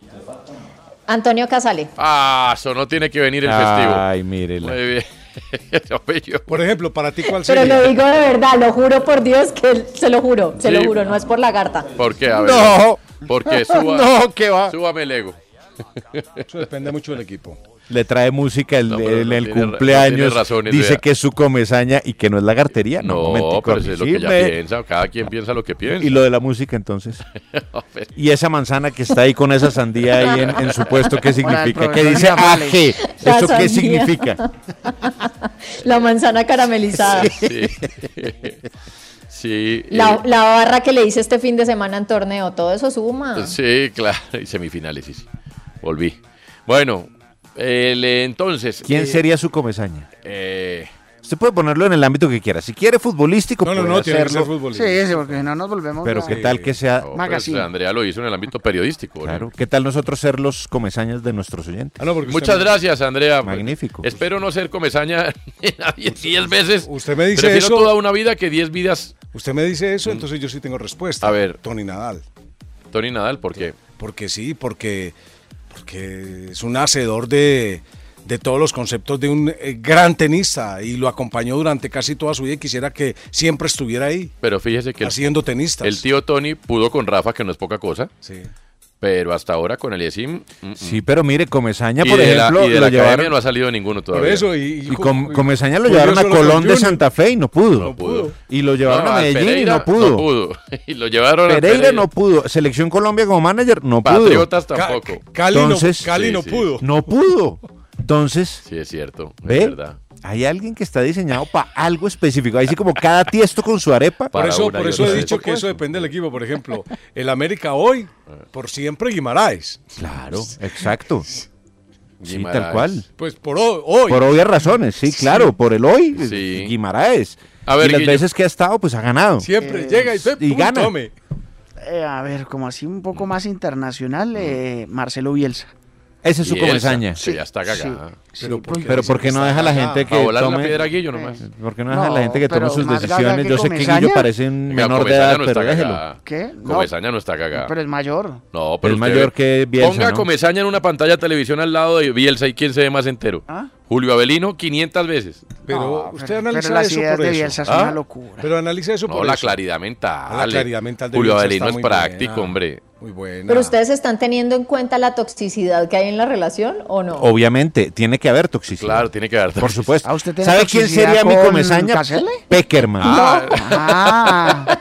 Antonio Casale. Ah, eso no tiene que venir el festivo. Ay, mírela. Muy bien. <laughs> Lo bello. Por ejemplo, para ti, ¿cuál Pero lo digo de verdad, lo juro por Dios que él- se lo juro, se Sí. lo juro, no es por la garta. ¿Por qué? A ver. No. <laughs> Porque suba, No, ¿qué va? súbame el ego. Eso depende mucho del equipo. Le trae música el, No, el, pero no el tiene ra- no cumpleaños. tiene razón, ni dice idea. que es su comezaña y que no es lagartería. <laughs> No, No, momentico, pero a mí eso es lo sí que ya me- piensa. Cada quien piensa lo que piensa. Y lo de la <laughs> música, entonces. Y esa manzana que está ahí con esa sandía ahí en, en su puesto, <laughs> ¿qué significa? ¿Qué dice AG? La ¿Eso sandía. qué significa? <laughs> La manzana caramelizada. Sí. <laughs> Sí, La, eh, la barra que le hice este fin de semana en torneo, todo eso suma. Pues sí, claro. <laughs> Y semifinales, sí, sí. Volví. Bueno, el, eh, entonces. ¿Quién eh, sería su comezaña? eh, Usted puede ponerlo en el ámbito que quiera. Si quiere futbolístico, no, Sí, sí, porque si no nos volvemos. Pero a- qué tal que sea... no, pero pues, Andrea lo hizo en el ámbito periodístico. ¿no? Claro, ¿Qué tal nosotros ser los comezañas de nuestros Ah, oyentes? Muchas gracias, Andrea. Magnífico. Espero no ser <laughs> comezaña de nadie 10 veces. Usted me dice Prefiero eso. toda una vida que 10 vidas. Mm. Usted me dice eso, entonces yo sí tengo respuesta. A ver. Tony Nadal. Tony Nadal, ¿por qué? Porque sí, porque, porque es un hacedor de, de todos los conceptos de un eh, gran tenista y lo acompañó durante casi toda su vida y quisiera que siempre estuviera ahí, Pero fíjese que el, haciendo tenistas. el tío Tony pudo con Rafa, que no es poca cosa. Pero hasta ahora con el Yesim. mm, Sí, pero mire, Comesaña, Y por de la- ejemplo, y de lo la llevaron- academia no ha salido ninguno Por todavía. eso, y, Y Com- Comesaña lo llevaron a Curioso lo Colón del de Junior. Santa Fe y no pudo. pudo. Y lo llevaron No, a Medellín Pereira y no pudo. <laughs> Y lo llevaron a Pereira, no pudo. Selección Colombia como manager no pudo. Patriotas tampoco. Cali no- Cali Sí, no sí. pudo. No pudo. Entonces, Sí, es cierto. es ¿ve? verdad. Hay alguien que está diseñado para algo específico. Ahí sí como cada tiesto con su arepa. Por eso, por eso he dicho que eso depende del equipo. Por ejemplo, el América hoy, Ah. por siempre Guimaraes. <laughs> Claro, exacto. Sí, Guimaraes. tal cual. Pues por ho- hoy. Por obvias razones, sí, claro, por el hoy, eh, Guimaraes. A ver, y las Guille. veces que ha estado, pues ha ganado. Siempre llega y se y gana. Eh, a ver, como así un poco más internacional, eh, Marcelo Bielsa. Mm. Ese es su Bielsa, comezaña. que ya está cagada. Pero ¿por qué Eh, Pero ¿por qué no deja a la gente que A volar tome... la piedra Guillo nomás. ¿Por qué no deja a No, la gente que tome pero sus más gaga decisiones? que Yo sé que Comesaña. Guillo parece un Venga, menor de Comesaña edad, no está pero déjelo. cagada. ¿Qué? No. Comesaña no está cagada. Pero es mayor. No, pero Es usted mayor ve- que Bielsa, Ponga ¿no? Comesaña en una pantalla de televisión al lado de Bielsa y quién se ve más entero. Julio Avelino 500 veces. Pero No, usted pero- analiza pero las eso ideas por de eso. Bielsa son una locura. Pero analiza eso ¿Ah? No, por la eso. Ah, claridad mental. La claridad mental de Julio Bielsa Avelino está es muy práctico, buena. hombre. Muy buena. ¿Pero ustedes están teniendo en cuenta la toxicidad que hay en la relación o no? Obviamente, tiene que haber toxicidad. Claro, tiene que haber Por supuesto. ¿A usted tiene ¿Sabe quién toxicidad sería mi con comesaña? Casele? Peckerman. Ah.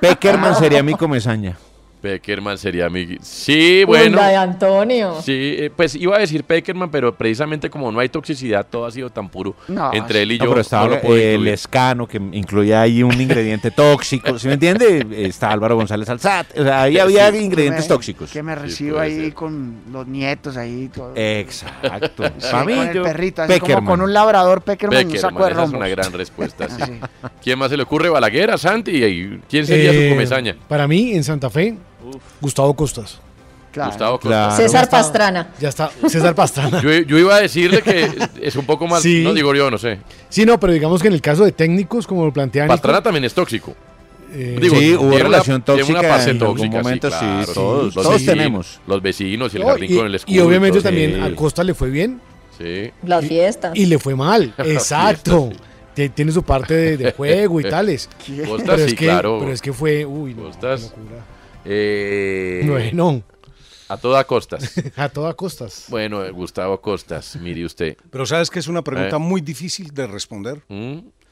Peckerman sería mi comesaña. Peckerman sería mi... Sí, bueno. La de <laughs> Antonio. Sí, eh, pues iba a decir Peckerman, pero precisamente como no hay toxicidad, todo ha sido tan puro No, entre él y yo. pero estaba no lo puedo el incluir. escano que incluía ahí un ingrediente tóxico, ¿sí me entiende? Está Álvaro González Alzat, o sea, ahí había ingredientes Que me- tóxicos. Que me recibo ahí con los nietos ahí. Todo. Exacto. Sí, Pa' mí, con el yo- perrito, así Peckerman. como con un labrador Peckerman, y un Peckerman, saco de esa es rombo. una gran respuesta. sí. ¿Quién más se le ocurre? Balaguer, a Santi. ¿Y ¿Quién sería Eh, su comezaña? Para mí, en Santa Fe, Gustavo Costas. Gustavo Ah, Costa. César Pastrana. Ya está, César Pastrana. Yo, yo iba a decirle que es un poco más. Sí. No digo yo, no sé. Sí, no, pero digamos que en el caso de técnicos, como lo plantean. Pastrana también es tóxico. Eh, sí, tiene hubo una- relación tiene tóxica Una fase en algún tóxica, momento, sí, claro, todos- los todos vecinos, tenemos. Los vecinos y el No, jardín y, con el escudo. y obviamente todo. también Sí, a Costa le fue bien Sí. Las fiestas. y le <laughs> fue mal. Exacto. Tie- Tiene su parte de, de <laughs> juego y tales. Costa pero, es sí, que, claro. pero es que fue. Uy, no, Costas. Eh, Bueno. A toda costas. <laughs> a todas costas. Bueno, eh, Gustavo Costas, mire usted. Pero sabes que es una pregunta Eh. ¿Mm? muy difícil de responder.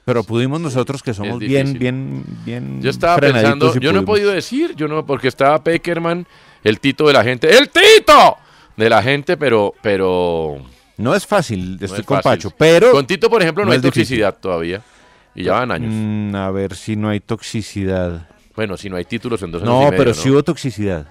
Pero pudimos nosotros que Es somos difícil. bien, bien, bien. Yo estaba frenaditos pensando, y yo no he pudimos. podido decir, yo no, porque estaba Peckerman, el Tito de la gente, ¡el Tito! De la gente, pero, pero. No es fácil, estoy es con fácil. Pacho, pero. Con Tito, por ejemplo, no, no hay es difícil. toxicidad todavía. Y ya van años. Mm, a ver si no hay toxicidad. Bueno, si no hay títulos, entonces. No, pero sí sí hubo toxicidad.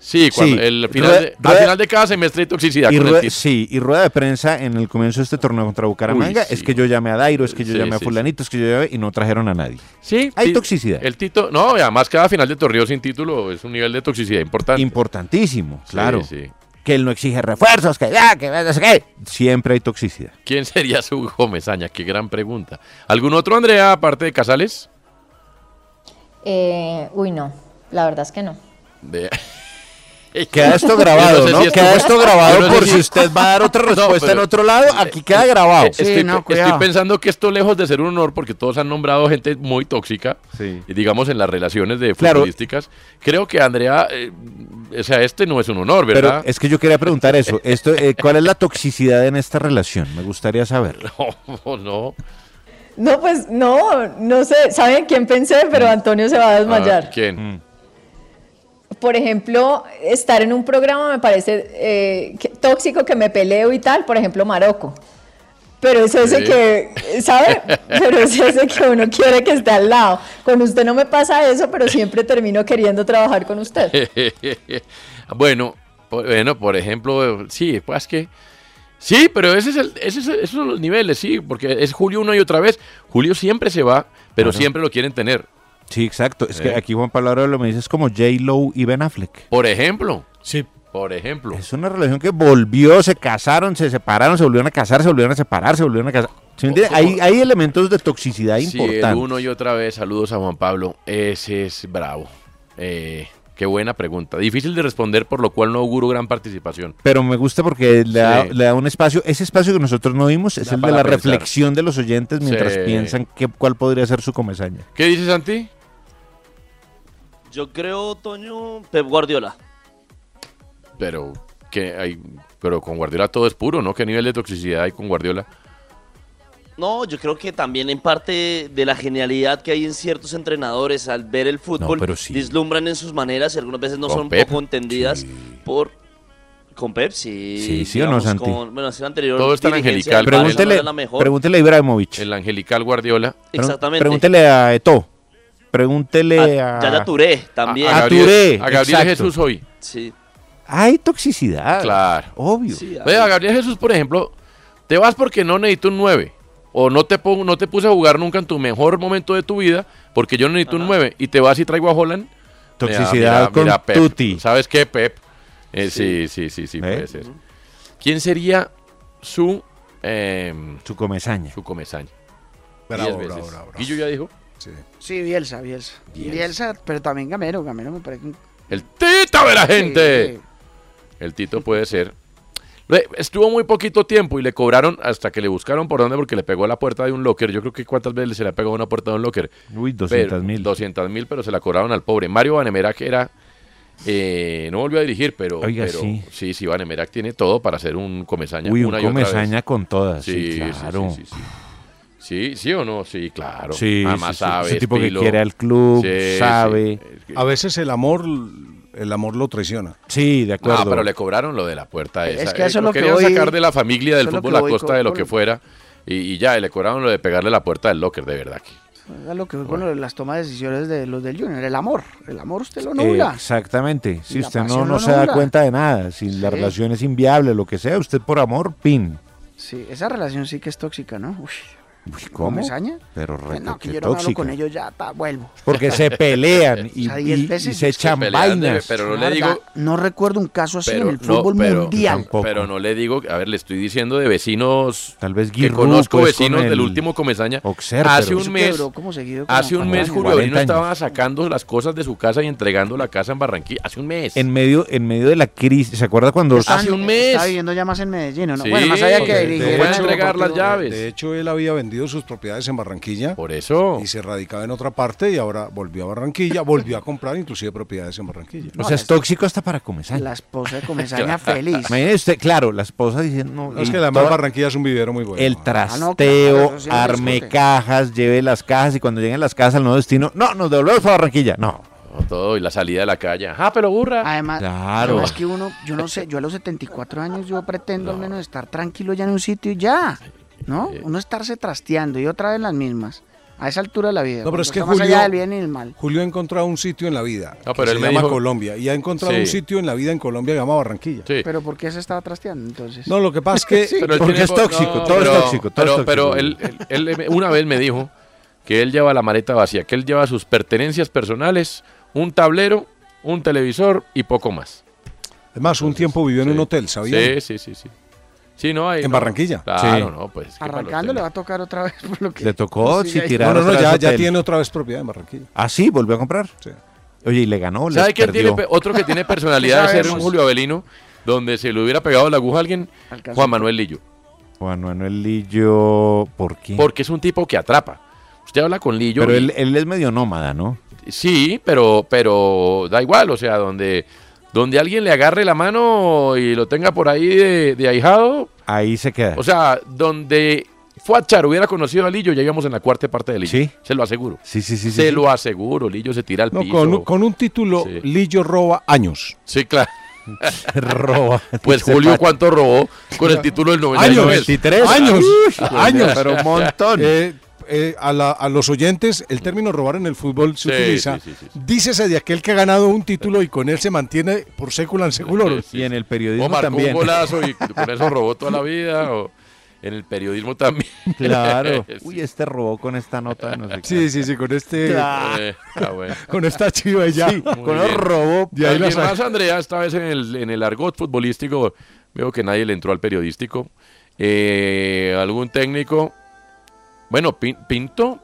Sí, cuando Sí, el rue- final de, al rue- final de cada semestre hay toxicidad Y con el rueda, Tito. sí, y rueda de prensa en el comienzo de este torneo contra Bucaramanga. Uy, sí. Es que yo llamé a Dairo, es que yo Sí, llamé a sí, Fulanito, es que yo llamé y no trajeron a nadie. Sí, Hay ti- toxicidad. El Tito, no, y además cada final de torneo sin título es un nivel de toxicidad importante. Importantísimo, claro. Sí, sí. Que él no exige refuerzos, que ya, que no sé qué. Siempre hay toxicidad. ¿Quién sería su Gomezaña? Qué gran pregunta. ¿Algún otro, Andrea, aparte de Casales? Eh, uy, no. La verdad es que no. De- <laughs> Queda esto grabado, <laughs> Yo no sé ¿no? si esto queda fue- esto <laughs> grabado Yo no sé por si- si usted va a dar <laughs> otra No, respuesta pero- en otro lado, aquí queda grabado. Eh, estoy, estoy pensando que esto lejos de ser un honor, porque todos han nombrado gente muy tóxica, y digamos en las relaciones de Claro. futbolísticas. Creo que Andrea, eh, o sea, este no es un honor, Pero ¿verdad? es que yo quería preguntar eso. Esto, eh, ¿Cuál es la toxicidad en esta relación? Me gustaría saberlo. <laughs> No, no. No, pues no, no sé, ¿saben quién pensé? Pero Antonio se va a desmayar. Ah, ¿Quién? Por ejemplo, estar en un programa me parece eh, que- tóxico que me peleo y tal, por ejemplo, Maroco. Pero es ese Sí. que, ¿sabe? Pero es ese que uno quiere que esté al lado. Con usted no me pasa eso, pero siempre termino queriendo trabajar con usted. Mm. <laughs> bueno, po- bueno, por ejemplo, eh, sí, pues que. Sí, pero ese es el, ese es- esos son los niveles, sí, porque es Julio una y otra vez. Julio siempre se va, pero Claro. siempre lo quieren tener. Sí, exacto. Es Eh. que aquí Juan Pablo Arevalo me dice es como J. Lowe y Ben Affleck. Por ejemplo. Sí. Por ejemplo. Es una relación que volvió, se casaron, se separaron, se volvieron a casar, se volvieron a separar, se volvieron a casar. ¿Sí me entiende? ¿Cómo? Hay, hay elementos de toxicidad Sí, el importantes. uno y otra vez, saludos a Juan Pablo. Ese es bravo. Eh, qué buena pregunta. Difícil de responder, por lo cual no auguro gran participación. Pero me gusta porque le da, Sí. le da un espacio. Ese espacio que nosotros no vimos es Da el de para la pensar. reflexión de los oyentes mientras Sí. piensan qué- cuál podría ser su comezaña. ¿Qué dices, Santi? Yo creo, Toño, Pep Guardiola. Pero, que hay, pero con Guardiola todo es puro, ¿no? ¿Qué nivel de toxicidad hay con Guardiola? No, yo creo que también en parte de la genialidad que hay en ciertos entrenadores al ver el fútbol, pero sí. vislumbran en sus maneras y algunas veces no Con son Pep, poco entendidas por... Con Pep, sí. Sí, sí o no, digamos, Santi. con- bueno, es el anterior Todo es tan dirigencia angelical. del Barcelona, no era la mejor. pregúntele a Ibrahimovic. El angelical Guardiola. Pre- Exactamente. Pregúntele a Eto. Pregúntele a. Yaya Touré también. A, a Gabriel- Touré. a Gabriel exacto. Jesús hoy. Sí. Hay toxicidad. Claro. Obvio. Ve, a Gabriel Jesús, por ejemplo, te vas porque no necesito un 9. O no te, pon- no te puse a jugar nunca en tu mejor momento de tu vida porque yo no necesito un 9. Y te vas y traigo a Holland. Toxicidad con Pep. Tutti. ¿Sabes qué, Pep? Eh, sí, sí, sí, sí, puede ser. ¿Quién sería su... em, su comezaña. Su comezaña. Bravo, bravo, Diez veces. bravo, bravo. Guillo ya dijo. Sí, Bielsa, Bielsa. Bielsa. Bielsa, pero también Gamero. Gamero me parece un El Tito de la gente. Sí. El Tito puede ser. Ve, Estuvo muy poquito tiempo y le cobraron hasta que le buscaron por dónde porque le pegó a la puerta de un locker. Yo creo que cuántas veces se le ha pegado a una puerta de un locker. Uy, 200 mil. 200 mil, pero se la cobraron al pobre. Mario Vanemerac era... eh, no volvió a dirigir, pero, Oiga, pero sí. sí, sí, Vanemerac tiene todo para ser un comezaña. Uy, un una y otra vez. comezaña con todas. Sí, Sí, sí, claro. sí, sí, sí. Sí, sí o no, sí, claro. Sí, Además sí, sí. sabe, Es un tipo que Spilo. quiere al club, Sí, sabe. A veces el amor, el amor lo traiciona. Sí, de No, Ah, pero le cobraron lo de la puerta Es esa. que eso Eh, es lo que querían voy- sacar de la familia del eso es lo fútbol que a voy costa con- de lo con- que fuera. Y, y ya, y le cobraron lo de pegarle la puerta del locker, de verdad. que- Haga lo que fue con las tomas de decisiones de los del Junior. El amor. El amor usted Eh, lo nubla. Exactamente. Si La usted no, pasión no lo se da nubla. cuenta de nada, si la Sí. relación es inviable, lo que sea, usted por amor, pin. Sí, esa relación sí que es tóxica, ¿no? Uy, ¿Cómo? ¿Comezaña? Pero Pues no, que requete yo no hablo tóxica. con ellos ya, pa, vuelvo. Porque <laughs> <laughs> se pelean y, O sea, diez y- y veces se es que echan pelean de- vainas. pero no le La digo- verdad, No recuerdo un caso así en el fútbol pero, mundial. pero no le digo, a ver, le estoy diciendo de vecinos Tal vez que Giroud, conozco pues, con vecinos del el último Comezaña. Oxer, hace pero- un Eso mes, quebró como seguido como hace un como mes años, Julio Avelino 40 años. estaba sacando las cosas de su casa y entregando la casa en Barranquilla. Hace un mes. En medio, en medio de la crisis, ¿se acuerda cuando Están- hace un mes. Ah, Estaba viviendo ya más en Medellín, ¿o ¿no? Sí, bueno, más allá porque que voy a dirigiera. entregar las llaves. De hecho, él había vendido sus propiedades en Barranquilla. Por eso. Y se radicaba en otra parte y ahora volvió a Barranquilla, volvió a comprar inclusive propiedades en Barranquilla. O sea, es tóxico hasta para Comesaña. La esposa de Comesaña <laughs> Claro. feliz. Imagínese usted, claro, la esposa diciendo... No, es que además Barranquilla es un vivero muy Ah, bueno. El no, claro, trasteo, eso sí no arme discute. cajas, lleve las cajas y cuando lleguen las cajas al nuevo destino, no, nos devolvemos para Barranquilla. No, No, todo, y la salida de la calle. Ajá, pero burra. Además, Claro. además que uno, yo no sé, yo a los 74 años yo pretendo al menos estar tranquilo ya en un sitio y ya, ¿no? Uno estarse trasteando y otra vez las mismas, a esa altura de la vida. No, pero cuando es que está Más allá Julio- del bien y del mal. Julio ha encontrado un sitio en la vida No, que pero él se me llama dijo- Colombia y ha encontrado Sí. un sitio en la vida en Colombia que se llama Barranquilla. Pero ¿por qué se estaba trasteando entonces? No, lo que pasa es <laughs> que- Sí. Pero él Porque tiene es po- tóxico, todo es tóxico, todo pero, es tóxico. pero él, él- él una vez me dijo que él lleva la maleta vacía, que él lleva sus pertenencias personales, un tablero, un televisor y poco más. Además, un tiempo vivió en un hotel, Sí, ¿sabía? sí, sí, sí. Sí, no, ahí ¿En no. Barranquilla? Claro, Sí. no, pues. ¿qué <laughs> palo Arrancando le va a tocar otra vez <laughs> por lo que... Le tocó, Sí, sí, ahí. tirar No, no, no, otra vez ya, ya hotel. tiene otra vez propiedad en Barranquilla. ¿Ah, sí? ¿Volvió a comprar? Sí. Oye, y le ganó. le ¿Sabe quién tiene perdió. pe- otro que <laughs> tiene personalidad de ser un Sabemos. Julio Avelino? Donde se le hubiera pegado la aguja a alguien, Alcanzó. Juan Manuel Lillo. <laughs> Juan Manuel Lillo, ¿por qué? Porque es un tipo que atrapa. Usted habla con Lillo. Pero y- él, él es medio nómada, ¿no? Sí, pero, pero da igual, o sea, donde, donde alguien le agarre la mano y lo tenga por ahí de, de ahijado, Ahí se <laughs> queda. o sea, donde Fuachar hubiera conocido a Lillo, ya íbamos en la cuarta parte de Lillo. Se lo aseguro. Sí, sí, sí. se lo aseguro, Lillo se tira al No, piso. con, con un título, Lillo roba años. Sí, claro. roba. <laughs> Pues Dice Julio, Pacho. ¿cuánto robó con el título del 99? Años, 23 años, Uy, pues años. pero un montón. Eh, eh, a, la- a los oyentes, el término robar en el fútbol se Sí, utiliza. sí, sí, Dícese de aquel que ha ganado un título y con él se mantiene por século en século. Y en el periodismo O marcó también. un golazo <laughs> y con eso robó toda la vida. O en el periodismo también. <laughs> Claro. Sí. Uy, este robó con esta nota. de No sé qué. Sí, sí, sí, con este. Eh, ah, bueno. Con esta chiva y ya. Sí, Muy con el bien. robó. Y ahí la Alguien saca. más, Andrea, esta vez en el, en el argot futbolístico, veo que nadie le entró al periodístico. Eh, ¿Algún técnico? Bueno, Pin- Pinto.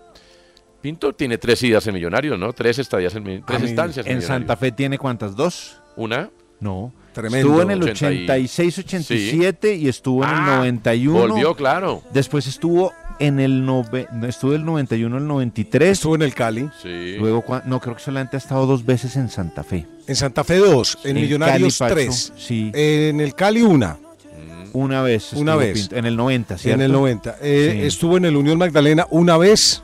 Pinto tiene tres idas en Millonarios, ¿no? Tres estadías en mi- tres Ah, estancias en, En Millonarios. Santa Fe tiene cuántas? ¿Dos? Una. No. Tremendo. Estuvo en el 80 y- 86, 87 y estuvo en el Ah, 91. volvió, claro. Después estuvo en el nove- no, estuvo del 91 al 93. Estuvo en el Cali. Sí. Luego cua- no creo que solamente ha estado dos veces en Santa Fe. En Santa Fe dos, en En Millonarios Cali, Pacho, tres, sí. Mm. en el Cali una. Una vez. Una estuvo vez. Pinto, en el 90, ¿cierto? En el 90. Eh, Sí. Estuvo en el Unión Magdalena una vez.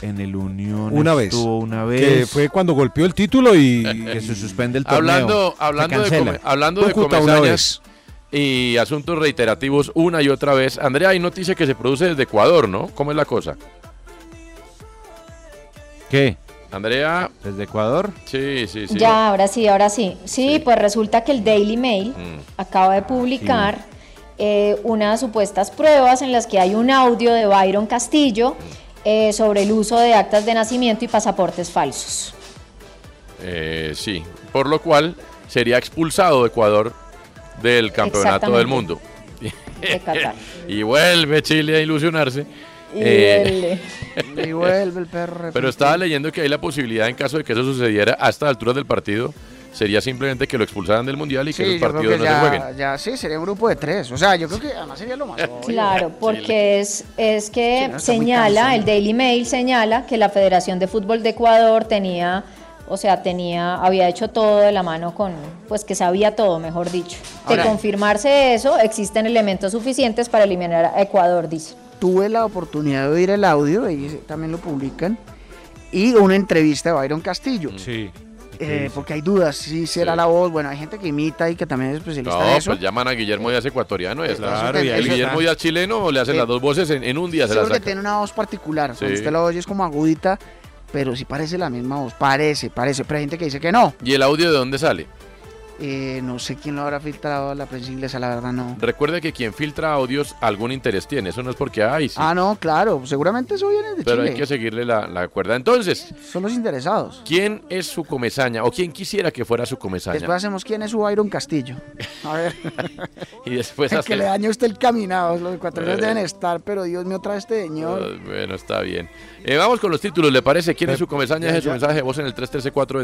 En el Unión Una vez. estuvo una Que vez. fue cuando golpeó el <laughs> título y. que se suspende el Hablando, hablando de, come- hablando de comezañas y asuntos reiterativos una y otra vez. Andrea, hay noticia que se produce desde Ecuador, ¿no? ¿Cómo es la cosa? ¿Qué? Andrea. ¿Desde Ecuador? Sí, sí, sí. Ya, ahora sí, ahora sí. Sí, pues resulta que el Daily Mail Mm. acaba de publicar eh, unas supuestas pruebas en las que hay un audio de Byron Castillo eh, sobre el uso de actas de nacimiento y pasaportes falsos. Eh, sí. Por lo cual sería expulsado de Ecuador del campeonato del Exactamente. mundo. De Qatar. <laughs> Y vuelve Chile a ilusionarse. Y Eh, el- y <laughs> vuelve el perro. Pero estaba leyendo que hay la posibilidad, en caso de que eso sucediera a estas alturas del partido, sería simplemente que lo expulsaran del mundial y Sí, que esos yo creo partidos que no se jueguen. ya, ya sí, sería un grupo de tres. O sea, yo creo que además sería lo más. obvio. Claro, porque es, es que Sí, no, está muy señala, cansado. el Daily Mail señala que la Federación de Fútbol de Ecuador tenía, o sea, tenía, había hecho todo de la mano con, pues que sabía todo, mejor dicho. Ahora- de confirmarse eso, existen elementos suficientes para eliminar a Ecuador, dice. Tuve la oportunidad de oír el audio, y ese también lo publican, y una entrevista de Byron Castillo. Sí. Eh, porque hay dudas, si será la voz. Bueno, hay gente que imita y que también es especialista No, de eso. pues llaman a Guillermo Díaz ecuatoriano. ya está. Claro, y ahí el está. Guillermo Díaz chileno le hacen Sí. las dos voces en, en un día. Sí, se las porque saca. tiene una voz particular. Sí. Cuando usted la oye es como agudita, pero sí parece la misma voz. Parece, parece. Pero hay gente que dice que no. ¿Y el audio de dónde sale? Eh, no sé quién lo habrá filtrado a la prensa inglesa, la verdad no. Recuerde que quien filtra audios algún interés tiene. Eso no es porque hay, sí. Ah, no, claro. Seguramente eso viene de pero hay Chile. que seguirle la, la cuerda. Entonces, Son los interesados. ¿quién es su comezaña o quién quisiera que fuera su comezaña? Después hacemos quién es su Byron Castillo. A ver. <laughs> <laughs> y después El que hacer- le daña a usted el caminado. Los ecuatorianos Pues Eh. deben estar, pero Dios mío, otra vez este señor. Ah, Bueno, está bien. Eh, vamos con los títulos, ¿le parece? ¿Quién es su comezaña? ya, Deje su ya. mensaje de voz en el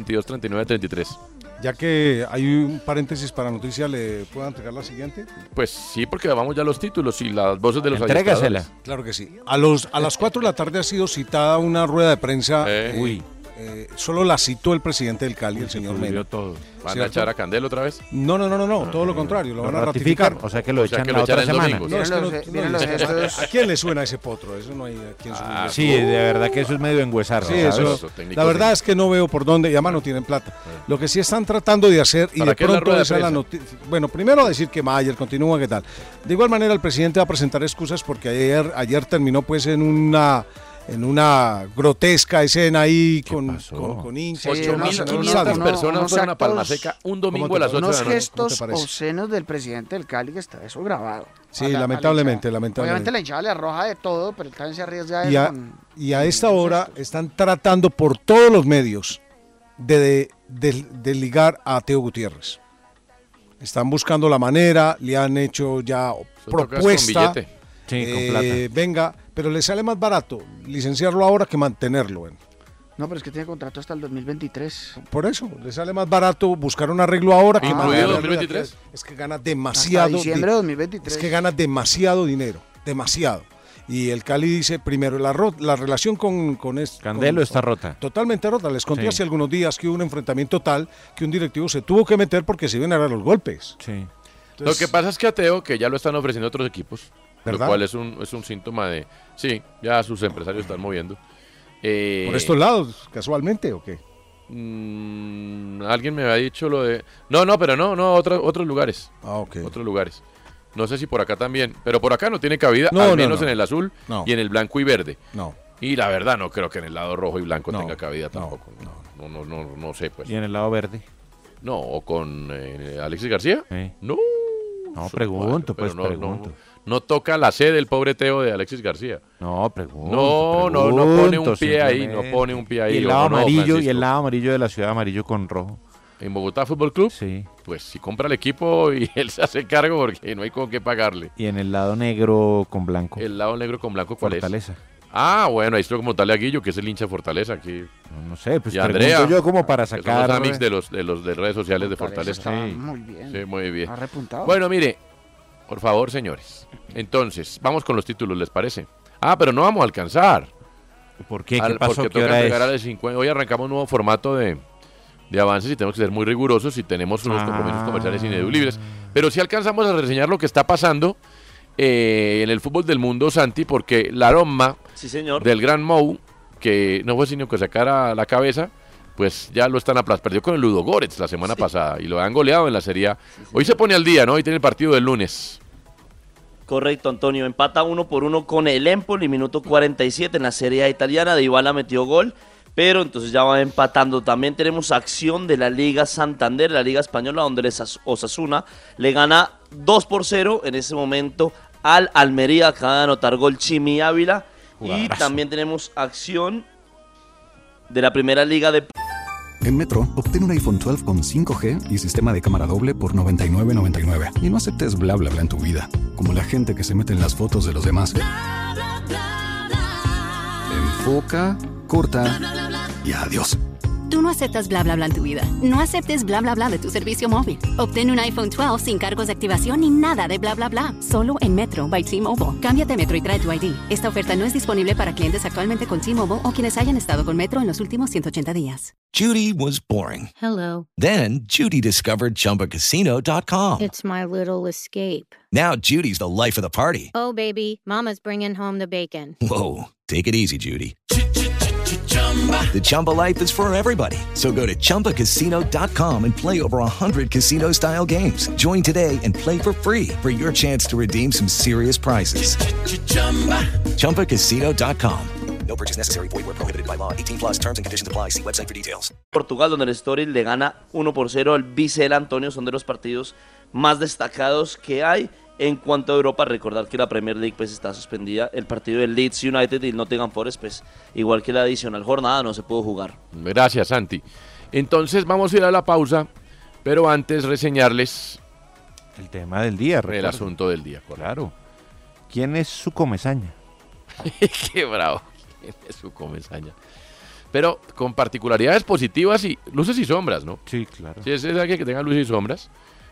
313-422-3933. Ya que hay un paréntesis para noticia, ¿le puedo entregar la siguiente? Pues sí, porque vamos ya a los títulos y las voces de los Entrégasela. ayuntadores. Claro que sí. A, los, a las 4 de la tarde ha sido citada una rueda de prensa. eh, eh, solo la citó el presidente del Cali, el señor Mena. ¿Van a ¿Cierto? echar a Candel otra vez? No, no, no, no, no, todo lo contrario, lo Lo van a ratifican, ratificar. o sea que lo O sea echan que lo la echan otra el semana. domingo. No, es que Miren no- los- no miren los hay- gestos. ¿A quién le suena ese potro? Eso no hay a Ah, quién suena. sí, de verdad que eso es medio engüesarlo. Sí, eso- la verdad es que no veo por dónde, y además no tienen plata. Lo que sí están tratando de hacer, y ¿Para de qué la rueda pronto de esa es la noticia. Bueno, primero decir que Mayer continúa, ¿qué tal? De igual manera, el presidente va a presentar excusas porque ayer, ayer terminó pues en una en una grotesca escena ahí con, con, con hinchas. y demás, en un 8.500 salto. personas fueron a Palma actos- Seca un ¿Cómo domingo te a las 8 parece? de la Unos noche. gestos ¿Cómo te parece? obscenos del presidente del Cali que está eso grabado. Sí, A la- a la lamentablemente, hinchada. lamentablemente. Obviamente la hinchada le arroja de todo, pero él también se arriesga Y él a, con- y a esta hora están tratando por todos los medios de, de- de- de ligar a Teo Gutiérrez. Están buscando la manera, le han hecho ya tocas propuesta. con billete. Sí, con eh, Venga, pero le sale más barato licenciarlo ahora que mantenerlo. bueno. No, pero es que tiene contrato hasta el 2023. Por eso, le sale más barato buscar un arreglo ahora que Ah, mandarlo ¿incluido a arreglo 2023? atrás. Es que gana demasiado. Hasta diciembre de di- 2023. Es que gana demasiado dinero, demasiado. Y el Cali dice, primero, la, ro- la relación con, con es- Candelo con- está rota. Totalmente rota. Les conté Sí. hace algunos días que hubo un enfrentamiento tal que un directivo se tuvo que meter porque se iban a dar los golpes. Sí. lo que pasa es que Ateo, que ya lo están ofreciendo otros equipos, lo ¿Verdad? cual es un, es un síntoma de, sí, ya sus empresarios están moviendo. Eh, ¿Por estos lados, casualmente o qué? mm, alguien me había dicho lo de... No, no, pero no, no, otros otros lugares. Ah, ok. Otros lugares. No sé si por acá también, pero por acá no tiene cabida, No, no, al menos no. en el azul No. y en el blanco y verde. No. Y la verdad no creo que en el lado rojo y blanco No, tenga cabida tampoco. No, no, no, no, sé, pues. ¿Y en el lado verde? No, o con eh, Alexis García. Sí. No. No, su pregunto, pero pues, pregunto. No, toca la sede del pobre Teo de Alexis García. No, pregunto. No, no, no pone un pregunto, pie ahí, no simplemente. pone un pie ahí. Y el ¿o lado no, amarillo, y Francisco? el lado amarillo de la ciudad amarillo con rojo. ¿En Bogotá Fútbol Club? Sí. Pues si compra el equipo y <laughs> él se hace cargo porque no hay con qué pagarle. Y en el lado negro con blanco. El lado negro con blanco, ¿cuál Fortaleza. es? Ah, bueno, ahí estoy como tal a Guillo, que es el hincha de Fortaleza aquí. No, no sé, pues y Andrea. pregunto yo como para que son sacar- eh. los amics de los de los de redes sociales de Fortaleza. está muy bien. Sí, muy bien. Ha repuntado. Bueno, mire, por favor, señores. Entonces, vamos con los títulos, ¿les parece? Ah, pero no vamos a alcanzar. ¿Por qué? ¿Qué Al- pasó? Porque ¿Qué toca hora entregar es? a las 50. Hoy arrancamos un nuevo formato de, de avances y tenemos que ser muy rigurosos y tenemos unos compromisos Ah. comerciales ineludibles. Pero sí alcanzamos a reseñar lo que está pasando eh, en el fútbol del mundo, Santi, porque la Roma Sí, señor. del Gran Mou, que no fue sino que sacara la cabeza, pues ya lo están aplastando. Perdió con el Ludo Goretz la semana pasada y lo han goleado en la Serie A. Hoy se pone al día, ¿no? Hoy tiene el partido del lunes. Correcto, Antonio. Empata uno por uno con el Empoli, minuto 47 en la Serie A italiana. Dybala metió gol, pero entonces ya va empatando. También tenemos acción de la Liga Santander, la Liga Española, donde el Esas- Osasuna le gana 2 por 0 en ese momento al Almería. Acaba de anotar gol Chimi Ávila. Y Jugadorazo. también tenemos acción de la Primera Liga de En Metro, obtén un iPhone 12 con 5G y sistema de cámara doble por $99.99. Y no aceptes bla bla bla en tu vida, como la gente que se mete en las fotos de los demás. Enfoca, corta y adiós. Tú no aceptas bla bla bla en tu vida. No aceptes bla bla bla de tu servicio móvil. Obtén un iPhone 12 sin cargos de activación ni nada de bla bla bla. Solo en Metro by T-Mobile. Cámbiate a Metro y trae tu ID. Esta oferta no es disponible para clientes actualmente con T-Mobile o quienes hayan estado con Metro en los últimos 180 días. Judy was boring. Hello. Then Judy discovered ChumbaCasino.com. It's my little escape. Now Judy's the life of the party. Oh, baby, Mama's bringing home the bacon. Whoa, take it easy, Judy. The Chumba life is for everybody. So go to ChumbaCasino.com and play over 100 casino style games. Join today and play for free for your chance to redeem some serious prizes. ChumbaCasino.com. No purchase necessary. Void where prohibited by law. 18 plus terms and conditions apply. See website for details. Portugal, donde el Story le gana 1 por 0 al Bicel Antonio, son de los partidos más destacados que hay. En cuanto a Europa, recordar que la Premier League pues, está suspendida. El partido del Leeds United y el Nottingham Forest, pues, igual que la adicional jornada, no se pudo jugar. Gracias, Santi. Entonces vamos a ir a la pausa, pero antes reseñarles El tema del día, el recuerdo. asunto del día. correcto. Claro. ¿Quién es su comezaña? <laughs> Qué bravo. ¿Quién es su comezaña? Pero con particularidades positivas y luces y sombras, ¿no? Sí, claro. Sí, es, es alguien que tenga luces y sombras,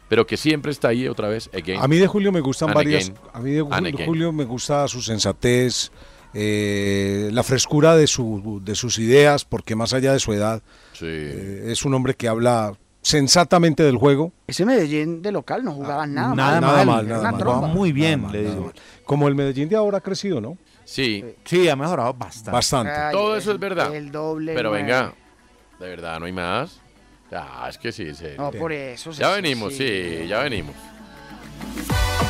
pero que siempre está ahí otra vez. Again, A mí de Julio me gustan and varias. again, A mí de Ju- and again. Julio me gusta su sensatez, eh, la frescura de, su, de sus ideas, porque más allá de su edad, eh, es un hombre que habla sensatamente del juego. Ese Medellín de local no jugaba nada, nada mal, nada Una mal. tromba. Jugaba muy bien, le digo. Como el Medellín de ahora ha crecido, ¿no? Sí. Sí, ha mejorado bastante. Bastante. Ay, Todo eso es verdad. El doble. Pero nueve. venga, de verdad, no hay más. Ah, es que sí, se- No, por eso, Ya sí, venimos, sí. sí, ya venimos.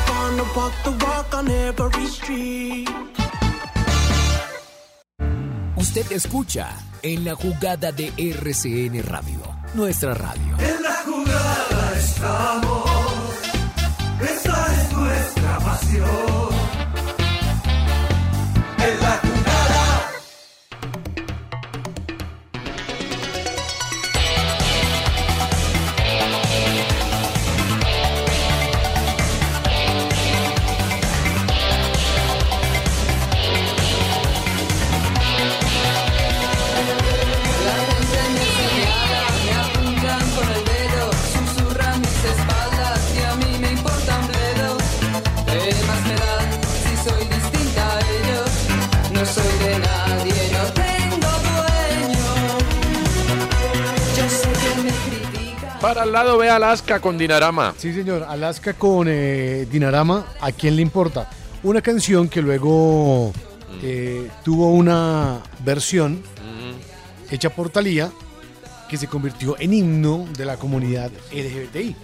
gonna walk the walk on every street. Usted escucha en la jugada de RCN Radio, nuestra radio. En la jugada estamos. Esa es nuestra pasión. En la jugada. Para al lado ve Alaska con Dinarama. Sí, señor. Alaska con eh, Dinarama, ¿a quién le importa? Una canción que luego eh, tuvo una versión hecha por Thalía que se convirtió en himno de la comunidad LGBTI.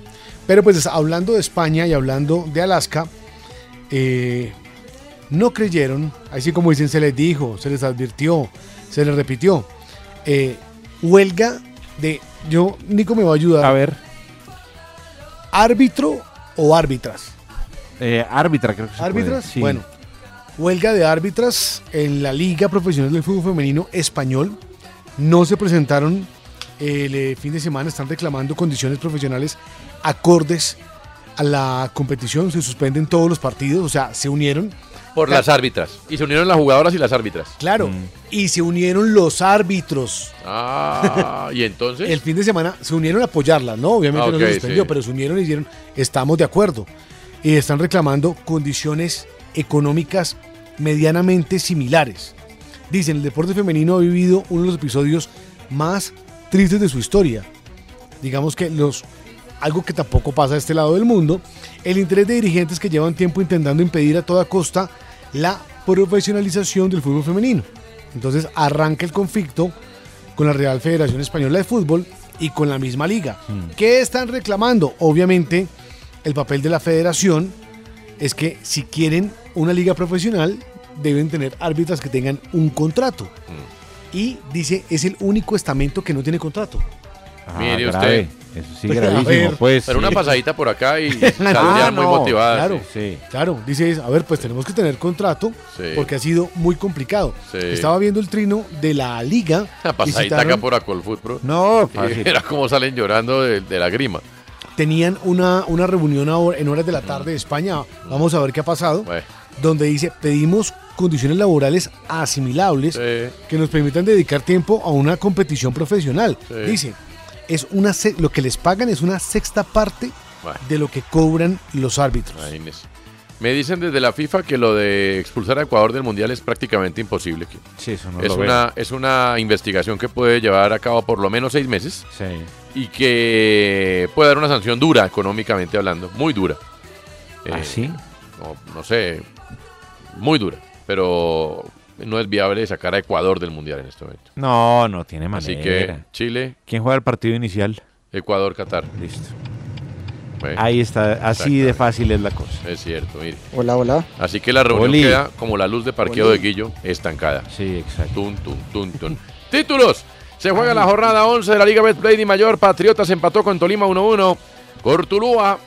Pero pues hablando de España y hablando de Alaska, eh, no creyeron, así como dicen, se les dijo, se les advirtió, se les repitió. Eh, huelga de, yo, Nico me va a ayudar. A ver. Árbitro o árbitras. Eh, árbitra, creo que se puede, ¿Árbitras? sí. Bueno, huelga de árbitras en la Liga Profesional del Fútbol Femenino Español. No se presentaron el eh, fin de semana, están reclamando condiciones profesionales acordes a la competición. Se suspenden todos los partidos, o sea, se unieron. Por las árbitras. Mm. Y se unieron las jugadoras y las árbitras. Claro, Mm. y se unieron los árbitros. Ah, y <laughs> entonces. El fin de semana se unieron a apoyarla, ¿no? Obviamente Ah, no ok, se suspendió, sí. pero se unieron y dijeron, estamos de acuerdo. Y están reclamando condiciones económicas medianamente similares. Dicen, el deporte femenino ha vivido uno de los episodios más tristes de su historia. Digamos que los algo que tampoco pasa a este lado del mundo, el interés de dirigentes que llevan tiempo intentando impedir a toda costa la profesionalización del fútbol femenino. Entonces arranca el conflicto con la Real Federación Española de Fútbol y con la misma liga. ¿Qué están reclamando? Obviamente, el papel de la federación es que si quieren una liga profesional, deben tener árbitras que tengan un contrato. Y dice, es el único estamento que no tiene contrato. Ah, <laughs> Mire grave. usted. Eso sí, Pero, <laughs> a gravísimo, ver. pues. Pero una sí. pasadita por acá <laughs> y saldrían Ah, muy no, motivadas. Claro, sí. claro. Dice, a ver, pues tenemos que tener contrato Sí. porque ha sido muy complicado. Sí. Estaba viendo el trino de la liga. Una y pasadita acá citaron- por Acolfut, bro. No, Y <laughs> fácil. Era como salen llorando de, de lágrima. Tenían una, una reunión ahora- en horas de la tarde de España. Vamos a ver qué ha pasado. Donde dice, pedimos condiciones laborales asimilables que nos permitan dedicar tiempo a una competición profesional. Sí. Dice, es una se- lo que les pagan es una sexta parte Bueno. de lo que cobran los árbitros. Imagínese. Me dicen desde la FIFA que lo de expulsar a Ecuador del Mundial es prácticamente imposible. que- Sí, eso no es, lo veo. una, es una investigación que puede llevar a cabo por lo menos seis meses y que puede dar una sanción dura, económicamente hablando, muy dura. Eh. ¿Ah, sí? No, no sé, muy dura, pero no es viable sacar a Ecuador del Mundial en este momento. No, no tiene manera. Así que Chile, Eh, ¿Quién juega el partido inicial? Ecuador, Qatar. Listo. Ahí está, así de fácil es la cosa. Es cierto, mire. Hola, hola. Así que la reunión Oli. queda como la luz de parqueo Oli. de Guillo, estancada. Sí, exacto. Tun, tun, tun, tun. <laughs> Títulos. Se juega la jornada 11 de la Liga Betplay de Mayor. Patriotas empató con Tolima 1-1. Cortulúa.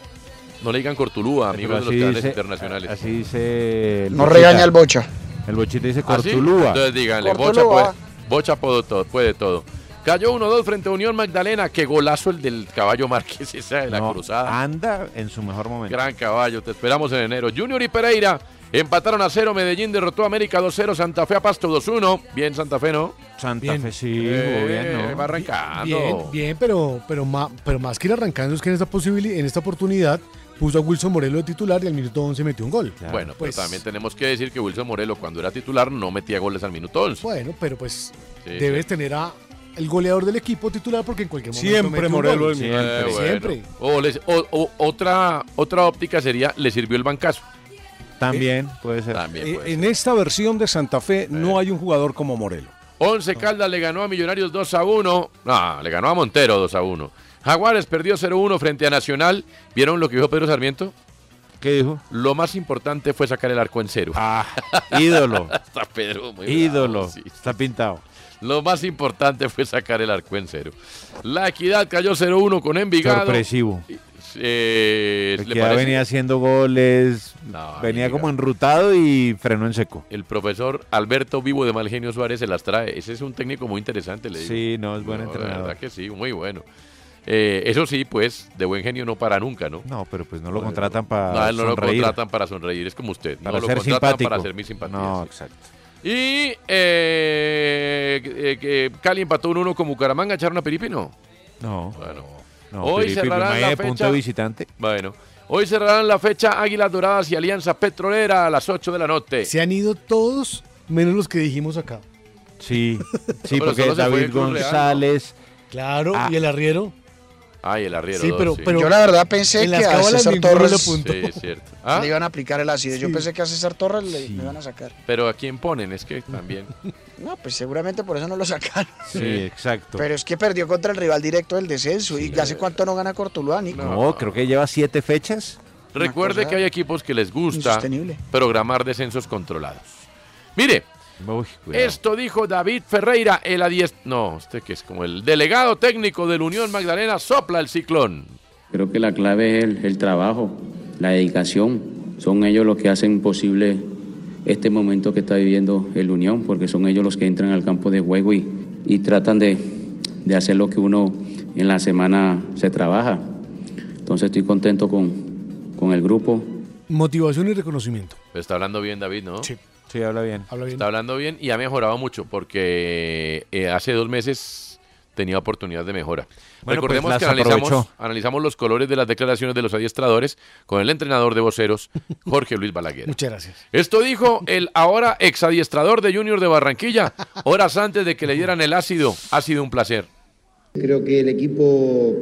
No le digan Cortulúa, amigos de los así canales Este dice- internacionales. Así dice. el No Bochita. regaña al Bocha. El bochita dice ¿Ah, sí? Cortulúa. Entonces díganle, Bocha pues. puede, Bocha puede todo, puede todo. Cayó 1-2 frente a Unión Magdalena. Qué golazo el del caballo Márquez, <laughs> esa de la No, cruzada. Anda en su mejor momento. Gran caballo, te esperamos en enero. Junior y Pereira empataron a 0. Medellín derrotó a América 2-0. Santa Fe a Pasto 2-1. Bien, Santa Fe, ¿no? Santa Fe sí, Eh, jugó bien, ¿no? va arrancando. Bien, bien, pero, pero, ma- pero más que ir arrancando es que en esta posibilidad, en esta oportunidad, puso a Wilson Morelo de titular y al minuto 11 metió un gol. Bueno, pues también tenemos que decir que Wilson Morelo, cuando era titular, no metía goles al minuto 11. Bueno, pero pues Sí, debes tener a el goleador del equipo titular porque en cualquier momento Siempre mete un Morelo gol. es mi Eh, Siempre, bueno. siempre. O les- o- o- otra, otra óptica sería, le sirvió el bancazo. También puede ser. También puede Eh. Eh, en esta versión de Santa Fe no hay un jugador como Morelo. Once Caldas le ganó a Millonarios 2 a 1. No, le ganó a Montero 2 a 1. Jaguares perdió 0-1 frente a Nacional. ¿Vieron lo que dijo Pedro Sarmiento? ¿Qué dijo? Lo más importante fue sacar el arco en cero. Ah, ídolo. Está Ah, Pedro Oh, muy bravo, ídolo. sí. Está pintado. Lo más importante fue sacar el arco en cero. La Equidad cayó 0-1 con Envigado. Sorpresivo. Eh, ¿le Que ya parece? venía haciendo goles. No, venía amiga. como enrutado y frenó en seco. El profesor Alberto Vivo de Malgenio Suárez se las trae. Ese es un técnico muy interesante, le digo. Sí, no, es buen No, La entrenador. verdad que sí, muy bueno. Eh, eso sí, pues, de buen genio no para nunca, ¿no? No, pero pues no lo contratan para No, él no lo sonreír. contratan para sonreír, es como usted. Para no ser lo contratan simpático. para ser mi simpatía. No, sí. exacto. Y eh, eh, que Cali empató un 1 con Bucaramanga, echaron a Piripi, ¿no? No. Bueno. No, Hoy Felipe cerrarán Maya la de punto fecha. de visitante. Bueno, hoy cerrarán la fecha Águilas Doradas y Alianza Petrolera a las 8 de la noche. Se han ido todos menos los que <laughs> dijimos acá. Sí, sí, pero porque solo se fue David Cruz Real, ¿no? González. Claro, Ah. y el arriero. Ay, el arriero. Sí, dos, pero- sí. pero- Yo la verdad pensé En las que a cábalas César ninguno Torres- le apuntó. Sí, es cierto. ¿Ah? Le iban a aplicar el ácido. Yo pensé que a César Torres le, le iban a sacar. Pero a quién ponen, es que también. No, pues seguramente por eso no lo sacaron. exacto. Pero es que perdió contra el rival directo del descenso. ¿Y hace cuánto no gana Cortuluá, Nico? No, creo que lleva siete fechas. Recuerde que hay equipos que les gusta Insostenible. programar descensos controlados. Mire, esto dijo David Ferreira, el adiest... No, usted que es como el delegado técnico del Unión Magdalena, sopla el ciclón. Creo que la clave es el, el trabajo, la dedicación. Son ellos los que hacen posible este momento que está viviendo el Unión, porque son ellos los que entran al campo de juego y, y tratan de, de hacer lo que uno en la semana se trabaja. Entonces estoy contento con, con el grupo. Motivación y reconocimiento. Pero está hablando bien David, ¿no? Sí, sí, habla bien. Está hablando bien y ha mejorado mucho porque eh, hace dos meses tenía oportunidad de mejora. Bueno, pues, Recordemos las que analizamos, aprovechó. analizamos los colores de las declaraciones de los adiestradores con el entrenador de voceros, Jorge Luis Balaguer. Muchas gracias. Esto dijo el ahora exadiestrador de Junior de Barranquilla, horas antes de que le dieran el ácido. Ha sido un placer. Creo que el equipo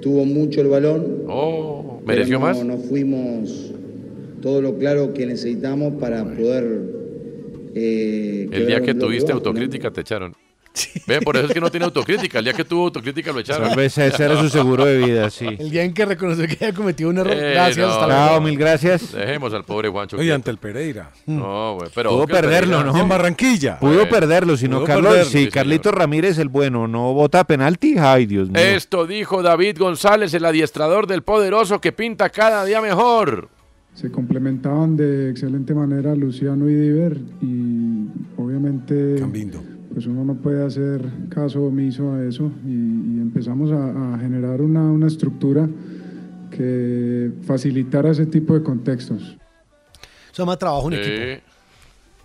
tuvo mucho el balón. pero Oh, ¿mereció no- más? No fuimos todo lo claro que necesitamos para poder. eh, El quebrar día un que bloque tuviste bajo, ¿no? autocrítica te echaron. Ve, por eso es que no tiene autocrítica. El día que tuvo autocrítica lo echaron. Tal vez ese era <laughs> su seguro de vida, sí. El día en que reconoció que había cometido un error. Eh, gracias. no, hasta no, luego. no. mil gracias. Dejemos al pobre Juancho. Y quieto. Mm. ante el Pereira. No, güey, pero. Mm. Pudo que el perderlo, Pereira- ¿no? Pudo perderlo, si no, Pudo Carlos. perderlo, sí, Si señor. Eh. Carlito Ramírez, el bueno, no vota penalti, ay, Dios mío. Mm. Esto dijo David González, el adiestrador del poderoso que pinta cada día mejor. Se complementaban de excelente manera Luciano y Diver y obviamente pues uno no puede hacer caso omiso a eso y, y empezamos a, a generar una, una estructura que facilitara ese tipo de contextos. Se llama trabajo en Sí. equipo.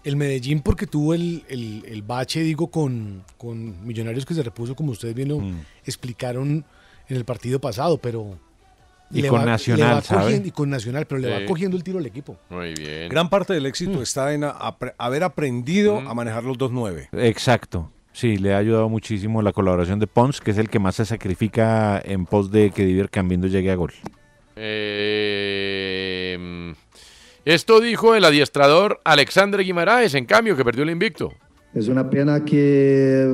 El Medellín, porque tuvo el, el- el bache, digo, con, con Millonarios que se repuso, como ustedes bien lo Mm. explicaron en el partido pasado, pero. Y con Nacional, ¿sabe? cogiendo- Y con Nacional, pero le Sí. va cogiendo el tiro al equipo. Muy bien. Gran parte del éxito está en a- apre- haber aprendido a manejar los 2-9. Exacto. Sí, le ha ayudado muchísimo la colaboración de Pons, que es el que más se sacrifica en pos de que Diver Cambindo llegue a gol. Eh, esto dijo el adiestrador Alexandre Guimaraes, en cambio, que perdió el invicto. Es una pena que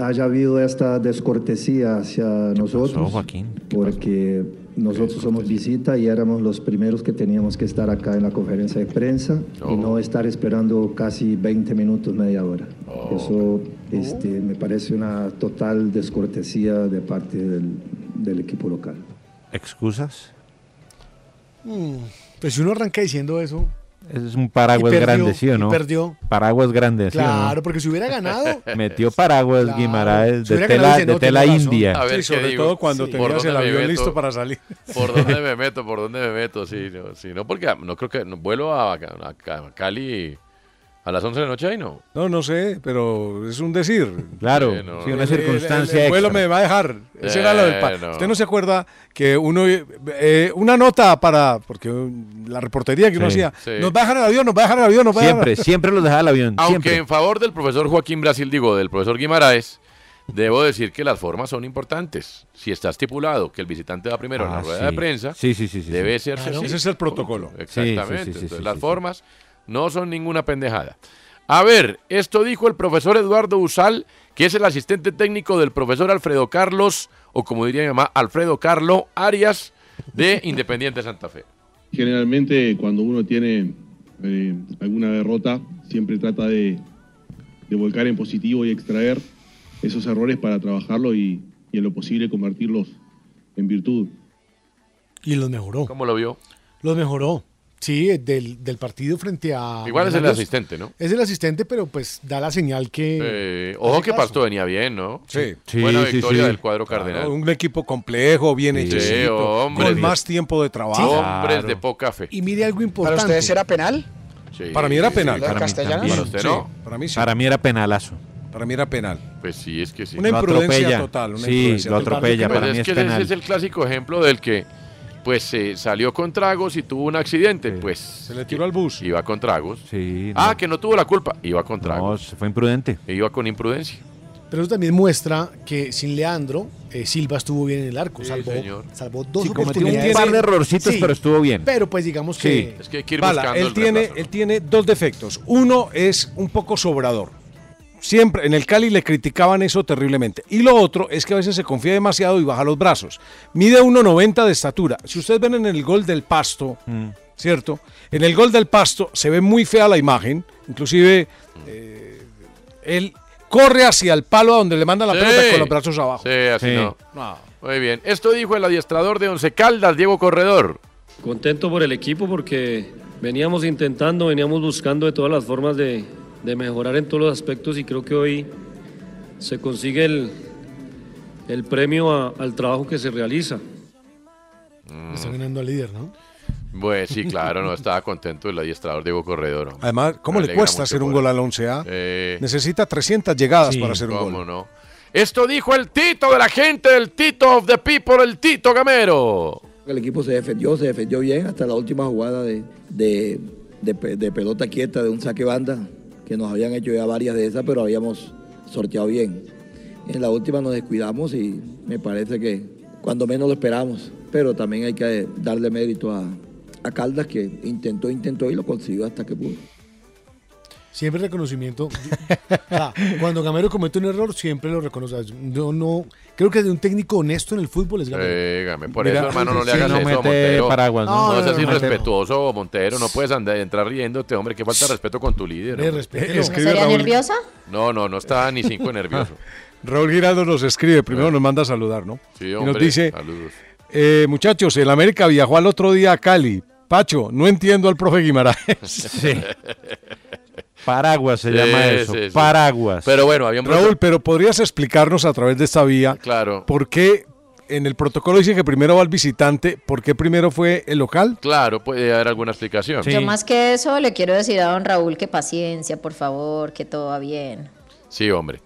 haya habido esta descortesía hacia nosotros, Pues, porque nosotros somos visita y éramos los primeros que teníamos que estar acá en la conferencia de prensa y no estar esperando casi 20 minutos, media hora. Eso este, me parece una total descortesía de parte del, del equipo local. ¿Excusas? Mm, Pues si uno arranca diciendo eso. Es un paraguas Y perdió, grande, ¿sí o y no? perdió. Paraguas grande, ¿sí o no? Claro, porque si hubiera ganado. Metió paraguas Guimaraes Si de hubiera tela, ganado, dice, de no, tela tiene razón. india. A ver Sí, qué sobre digo. todo cuando Sí. tenías ¿Por el dónde me avión meto? listo para salir. ¿Por <laughs> dónde me meto? ¿Por dónde me meto? Sí, no, sí, no porque no creo que no, vuelo a, a- a Cali a las 11 de la noche ahí, no. No, no sé, pero es un decir. Claro, Sí, no. sí, una El- el- circunstancia El, vuelo extra. me va a dejar. Ese era lo del pa- Eh, no. Usted no se acuerda que uno. eh, eh, una nota para. Porque um, la reportería que uno Sí. hacía. Sí. Nos va a dejar el avión, nos va a dejar el avión, nos va a Siempre, dejar. siempre los deja el avión. Aunque siempre. en favor del profesor Joaquín Brasil, digo, del profesor Guimaraes, debo decir que las formas son importantes. Si está estipulado que el visitante va primero en la Ah, rueda sí. de prensa, Sí, sí, sí, sí, debe sí. ser Claro. así. Ese es el protocolo. Exactamente. Sí, sí, sí, sí, Entonces, sí, las sí. formas no son ninguna pendejada. A ver, esto dijo el profesor Eduardo Usal, que es el asistente técnico del profesor Alfredo Carlos, o como diría mi mamá, Alfredo Carlo Arias, <laughs> de Independiente Santa Fe. Generalmente cuando uno tiene eh, alguna derrota, siempre trata de, de volcar en positivo y extraer esos errores para trabajarlo y, y en lo posible convertirlos en virtud. Y los mejoró. ¿Cómo lo vio? Los mejoró. Sí, del, del partido frente a. Igual es el Millonarios. asistente, ¿no? Es el asistente, pero pues da la señal que. Eh, ojo hace que caso. Pasto venía bien, ¿no? Sí. Buena victoria del cuadro Claro, cardenal. un equipo complejo, bien Sí, hecho. hombre. Con más tiempo de trabajo. Hombres de poca fe. Y mire algo importante. ¿Para ustedes era penal? Eh, Sí. Para mí era penal. ¿Para Castellanos? Para usted Sí, no. Para mí sí. Para mí era penalazo. Para mí era penal. Pues sí, es que sí. Una Lo imprudencia atropella. total. Una Sí, imprudencia lo total. atropella, Pues para mí es es que ese penal. es el clásico ejemplo del que pues se salió con tragos y tuvo un accidente, pues se le tiró al bus. Iba con tragos. Sí, Ah, que no tuvo la culpa, iba con tragos. no, se fue imprudente. Iba con imprudencia. Pero eso también muestra que sin Leandro, eh, Silva estuvo bien en el arco. salvó, salvó dos Sí, cometió un oportunidades. par de errorcitos, pero estuvo bien. Pero pues digamos Sí. que. Bala, él, tiene, él tiene dos defectos. Uno es un poco sobrador. Siempre en el Cali le criticaban eso terriblemente. Y lo otro es que a veces se confía demasiado y baja los brazos. Mide 1,90 de estatura. Si ustedes ven en el gol del pasto, ¿cierto? En el gol del pasto se ve muy fea la imagen. Inclusive Mm. eh, él corre hacia el palo a donde le mandan la Sí. pelota con los brazos abajo. Sí, así Sí. no. Muy bien. Esto dijo el adiestrador de Once Caldas, Diego Corredor. Contento por el equipo porque veníamos intentando, veníamos buscando de todas las formas de, de mejorar en todos los aspectos y creo que hoy se consigue el, el premio a- al trabajo que se realiza. Está <laughs> ganando al líder, ¿no? Mm. Pues sí, claro, <laughs> no estaba contento el adiestrador Diego Corredor. hombre. Además, ¿cómo Me le alegra cuesta mucho hacer un por gol él. al 11A? Eh, Necesita 300 llegadas Sí. para hacer un ¿Cómo gol. no? Esto dijo el Tito de la gente, el Tito of the people, el Tito Gamero. El equipo se defendió, se defendió bien hasta la última jugada de, de- de pe- de pelota quieta, de un saque banda, que nos habían hecho ya varias de esas, pero habíamos sorteado bien. En la última nos descuidamos y me parece que cuando menos lo esperamos, pero también hay que darle mérito a, a Caldas que intentó, intentó y lo consiguió hasta que pudo. Siempre reconocimiento. <laughs> O sea, cuando Gamero comete un error, siempre lo reconoce. Yo no. Creo que de un técnico honesto en el fútbol es Gamero. Eh, Gamero, por Mira, eso, hermano, no le sí, hagas no eso a mete Montero. paraguas, no, ¿no? no, No, seas no, no, Montero. irrespetuoso, Montero. No puedes andar, entrar riéndote, hombre. Qué falta de respeto con tu líder. Ve, hombre. respételo. ¿No sería nerviosa? No, no, no está ni cinco nervioso. Raúl Giraldo nos escribe, primero nos manda a saludar, ¿no? Eh. Sí, y hombre, nos dice, saludos. eh, muchachos, el América viajó al otro día a Cali. Pacho, no entiendo al profe Guimaraes. <laughs> Paraguas se llama eso. sí, sí. Paraguas. Pero bueno, habían Raúl, pero podrías explicarnos a través de esta vía Claro. por qué en el protocolo dice que primero va el visitante, por qué primero fue el local. <laughs> Claro, puede haber alguna explicación. Yo más que eso le quiero decir a don Raúl que paciencia, por favor, que todo va bien. Sí, hombre.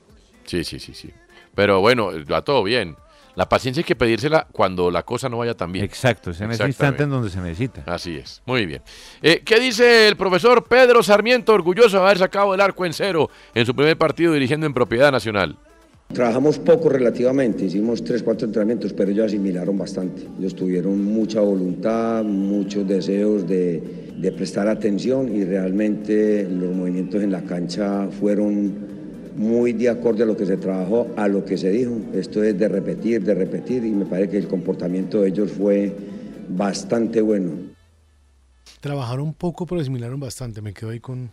Sí, sí, sí, sí. Pero bueno, va todo bien. La paciencia hay que pedírsela cuando la cosa no vaya tan bien. Exacto, es en ese instante en donde se necesita. Así es. Muy bien. Eh, ¿Qué dice el profesor Pedro Sarmiento, orgulloso de haber sacado el arco en cero en su primer partido dirigiendo en propiedad nacional? Trabajamos poco relativamente, hicimos tres, cuatro entrenamientos, pero ellos asimilaron bastante. Ellos tuvieron mucha voluntad, muchos deseos de, de prestar atención y realmente los movimientos en la cancha fueron muy de acorde a lo que se trabajó, a lo que se dijo. Esto es de repetir, de repetir y me parece que el comportamiento de ellos fue bastante bueno. Trabajaron poco, pero asimilaron bastante. Me quedo ahí con.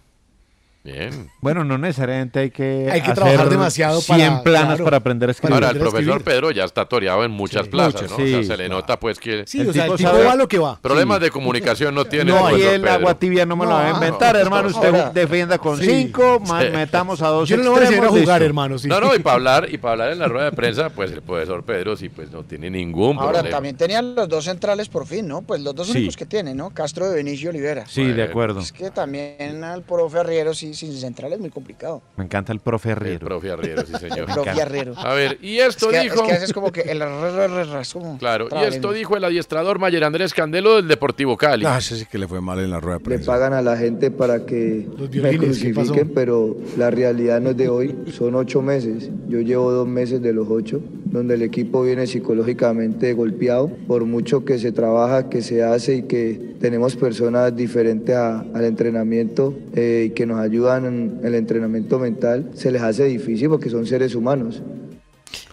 Bien. Bueno, no necesariamente hay que. Hay que Eh, hacer trabajar demasiado 100 para- planas claro, para aprender a escribir. Ahora, el profesor Pedro ya está toreado en muchas Sí, plazas, muchas, ¿no? o sea, sí, se le nota pues que... Sí, o sea, el tipo va lo que va. Problemas Sí. de comunicación <laughs> no tiene No, ahí profesor el <laughs> agua Pedro. tibia no me la va a No, inventar, no, <laughs> hermano. no, Usted ahora- defienda con Sí. 5, Sí. metamos a dos. Yo no lo voy a extremos, enseñar a listo. jugar, hermano, sí. No, no, y <laughs> para hablar, y para hablar en la rueda de prensa, pues el profesor Pedro sí, pues no tiene ningún Ahora problema. también tenían los dos centrales por fin, ¿no? Pues los dos Sí. únicos que tiene, ¿no? Castro de Benicio Olivera. Sí, de acuerdo. Es que también al profe Arriero, sí, sin central es muy complicado. Me encanta el profe Herrero. El profe Arriero, sí, señor. El profe Arriero. A ver, y esto es que, dijo- Es que haces como que el razón. Claro, y esto dijo el adiestrador Mayer Andrés Candelo del Deportivo Cali. Ah, ese sí que le fue mal en la rueda de Le pagan a la gente para que me violines, ¿qué pasó? crucifiquen, pero la realidad no es de hoy. Son ocho meses. Yo llevo dos meses de los ocho, donde el equipo viene psicológicamente golpeado. Por mucho que se trabaja, que se hace y que tenemos personas diferentes a- al entrenamiento eh, y que nos ayudan en el entrenamiento mental, se les hace difícil porque son seres humanos.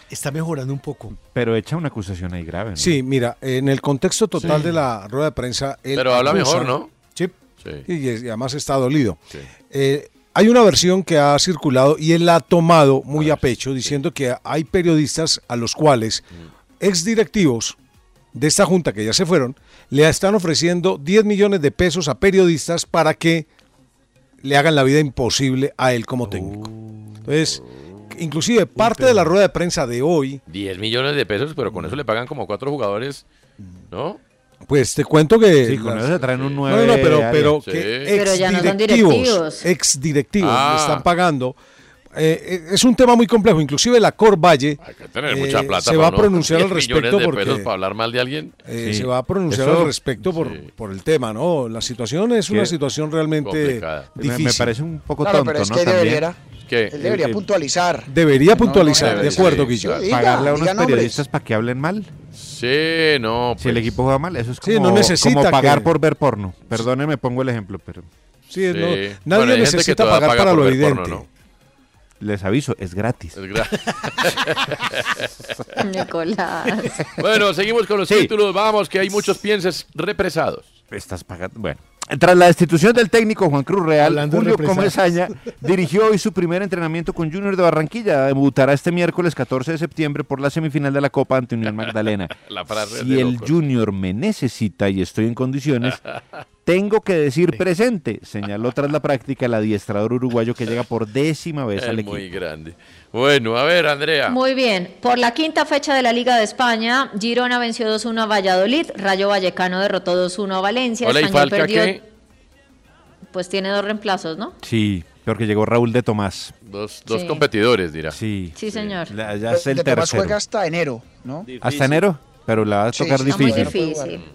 Está mejorando un poco. Pero echa una acusación ahí grave. ¿no? Sí, mira, en el contexto total Sí. de la rueda de prensa... él Pero habla acusa- mejor, ¿no? Sí. Sí. Y, es- y además está dolido. Sí. Eh, hay una versión que ha circulado y él la ha tomado muy a pecho, diciendo que hay periodistas a los cuales Mm. exdirectivos de esta junta que ya se fueron, le están ofreciendo 10 millones de pesos a periodistas para que le hagan la vida imposible a él como técnico. Oh. Entonces, inclusive parte de la rueda de prensa de hoy, 10 millones de pesos, pero con eso le pagan como cuatro jugadores, ¿no? Pues te cuento que. Sí, con eso se traen un Sí. nueve No, no, pero, área. pero Sí. que Pero ya no son directivos. exdirectivos. Exdirectivos Ah. le están pagando. Eh, eh, es un tema muy complejo. Inclusive la Corvalle Que tener eh, mucha plata. se para va a uno- pronunciar al 10 <laughs> millones respecto de pesos porque para hablar mal de alguien. eh, Sí. se va a pronunciar Eso- al respecto por, por el tema, ¿no? La situación es una Qué situación realmente complicada. Me- difícil. Me parece un poco Claro, tonto, pero es ¿no? que También. debiera- ¿Qué? Él debería Sí. puntualizar. Debería No, puntualizar, no, de Sí, acuerdo, sí, Guillo. claro. Pagarle a unos diga nombres. periodistas para que hablen mal. Sí, no. pues. Si el equipo juega mal, eso es Sí, como, no necesita como pagar <laughs> que- por ver porno. Perdóneme, pongo el ejemplo, pero. Sí, no, nadie necesita pagar para lo evidente. Les aviso, es gratis. Nicolás. Bueno, seguimos con los títulos. Vamos, que hay muchos pienses represados. Estás pagando. Bueno. Tras la destitución del técnico Juan Cruz Real, Hablando de Julio Comesaña <laughs> represalias. dirigió hoy su primer entrenamiento con Junior de Barranquilla. Debutará este miércoles 14 de septiembre por la semifinal de la Copa ante Unión Magdalena. <laughs> La frase si de el locos. Junior me necesita y estoy <laughs> en condiciones, tengo que decir presente, señaló tras la práctica el adiestrador uruguayo que llega por décima vez Es al equipo. muy grande. Bueno, a ver, Andrea. Muy bien, por la quinta fecha de la Liga de España, Girona venció 2-1 a Valladolid, Rayo Vallecano derrotó 2-1 a Valencia, Hola, ¿y Español Falca perdió, qué? pues tiene dos reemplazos, ¿no? Sí, porque llegó Raúl de Tomás. Dos, dos Sí. competidores, dirá. Sí. Sí, señor. La- Pues ya es el De Tomás tercero. juega hasta enero, ¿no? <laughs> Hasta enero, pero la va a Sí, tocar sí, está muy difícil. Difícil.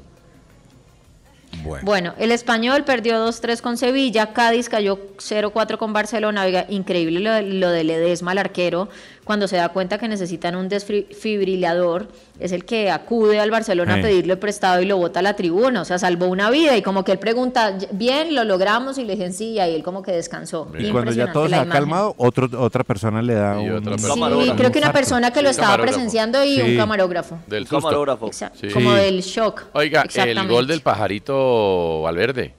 Bueno. Bueno, el español perdió 2-3 con Sevilla, Cádiz cayó 0-4 con Barcelona. Oiga, increíble lo, de- lo de Ledesma, el arquero, cuando se da cuenta que necesitan un desfibrilador, es el que acude al Barcelona Sí. a pedirle prestado y lo bota a la tribuna. O sea, salvó una vida y como que él pregunta, bien, lo logramos y le dicen sí, y ahí él como que descansó. Y cuando ya Impresionante todo se la ha imagen. calmado, otro, otra persona le da un... Sí, creo que una persona que lo Sí, estaba camarógrafo. presenciando y un Sí. camarógrafo. Del susto. camarógrafo. Exacto. Sí. Como del shock. Oiga, el Exactamente. gol del pajarito Valverde.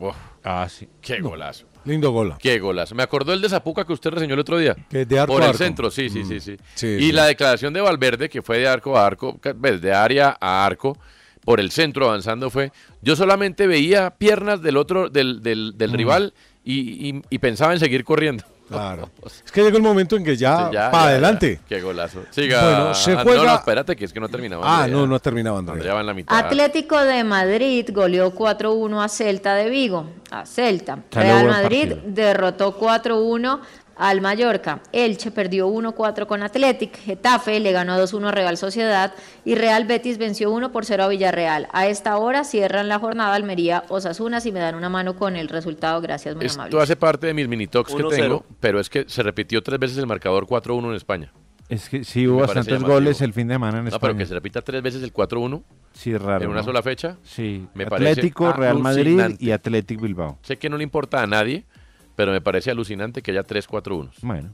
Uf. Ah, sí. Qué golazo. Lindo gola. Qué golazo. Me acordó el de Zapuca que usted reseñó el otro día. Que de arco Por a el arco. Mm. centro, sí, sí, sí, sí. Sí, y sí. la declaración de Valverde, que fue de arco a arco, ca- ves, de área a arco, por el centro avanzando fue. Yo solamente veía piernas del otro, del, del, del Mm. rival y, y- y pensaba en seguir corriendo. Claro. Es que llegó el momento en que Ah, ya, Este, Ya, para ya, adelante. ya. Qué golazo. Siga. Bueno, se Ah, No, juega- no, espérate, que es que no ha terminado. Ah, Andrea. no, no ha terminado, Andrea. Andrea va en la mitad. Atlético de Madrid goleó 4-1 a Celta de Vigo. A Celta. Salió Real buen Madrid partido. derrotó 4-1 al Mallorca. Elche perdió 1-4 con Athletic. Getafe le ganó 2-1 a Real Sociedad. Y Real Betis venció 1-0 a Villarreal. A esta hora cierran la jornada Almería Osasuna. Si me dan una mano con el resultado, gracias, muy amable. Esto hace parte de mis mini talks que 1-0. tengo, pero es que se repitió tres veces el marcador 4-1 en España. Es que sí hubo Me parece bastantes llamativo. goles el fin de semana en No, España. pero que se repita tres veces el 4-1 Sí, raro, en una ¿no? sola fecha. Sí. me parece Atlético, Real Madrid alucinante. y Atlético Bilbao. Sé que no le importa a nadie, pero me parece alucinante que haya tres 4-1. Bueno,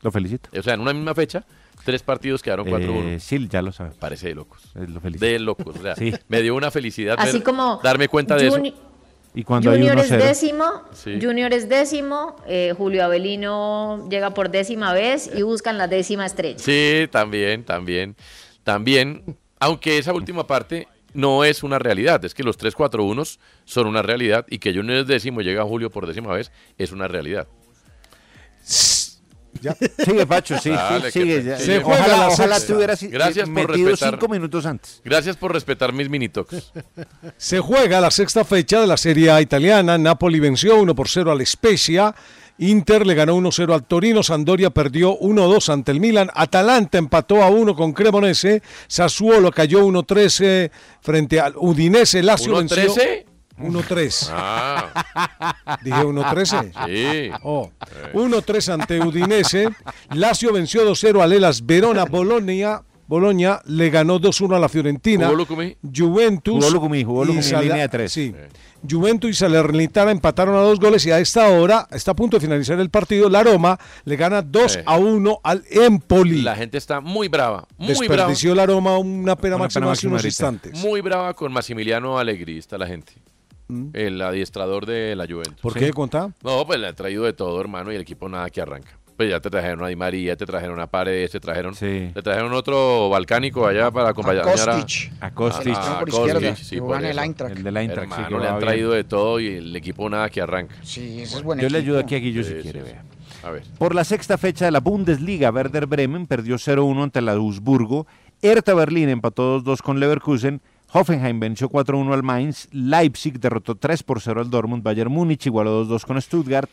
lo felicito. O sea, en una misma fecha, tres partidos quedaron 4-1. Eh, sí, ya lo sabes. Parece de locos. Eh, Lo felicito. De locos. O sea, <laughs> Sí. me dio una felicidad ver- Así como darme cuenta de eso. Juni- Y cuando hay Junior es 1-0. décimo, Sí. Junior es décimo, eh, Julio Avelino llega por décima vez y buscan la décima estrella. Sí, también, también. También, aunque esa última parte no es una realidad, es que los 3-4-1 son una realidad y que Junior es décimo, llega a Julio por décima vez, es una realidad. Sigue, Pacho, <laughs> sí. Dale, sí, sigue, qué- ya. sí, ya. ojalá, ojalá sexta. te hubieras eh, Gracias por metido respetar. cinco minutos antes. Gracias por respetar mis mini <laughs> talks. Se juega la sexta fecha de la Serie A italiana. Napoli venció 1 por 0 al Spezia. Inter le ganó 1-0 al Torino, Sandoria perdió 1-2 ante el Milan, Atalanta empató a 1 con Cremonese, Sassuolo cayó 1-13 frente al Udinese, Lazio venció 1-13. 1-3. <laughs> Ah. Dije 1-13. Sí. Oh. 1-3 ante Udinese. Lazio venció 2-0 al Elas Verona. Bolonia, Bolonia le ganó 2-1 a la Fiorentina. ¿Jugó Lucumí? Juventus. Jugó Lucumí, jugó y Lucumí en Sala- línea de tres. Sí. Juventus y Salernitana empataron a dos goles y a esta hora, está a punto de finalizar el partido, la Roma le gana 2 Sí. a 1 al Empoli. La gente está muy brava, muy brava. Desperdició la Roma una pena Una pena máxima hace máxima unos ahorita. instantes. Muy brava con Maximiliano Alegrí, está la gente. Mm. El adiestrador de la Juventus. ¿Por qué, contá? No, pues le ha traído de todo, hermano, y el equipo nada que arranca. Pues ya te trajeron a Di María, te trajeron a Paredes, te trajeron. Le trajeron otro balcánico allá para acompañar Kostic. A Kostic. Ah, Ah, por Kostic, izquierda, sí, que por juega en el eso. Eintracht. El del Eintracht, sí, que Hermano, le va han bien. traído de todo y el equipo nada que arranca. Sí, ese es buen Yo le equipo. ayudo aquí a Guillo si quiere, sí. vea. A ver. Por la sexta fecha de la Bundesliga, Werder Bremen perdió 0-1 ante la Duisburgo, Hertha Berlín empató 2-2 con Leverkusen, Hoffenheim venció 4-1 al Mainz, Leipzig derrotó 3-0 al Dortmund, Bayern Múnich igualó 2-2 con Stuttgart,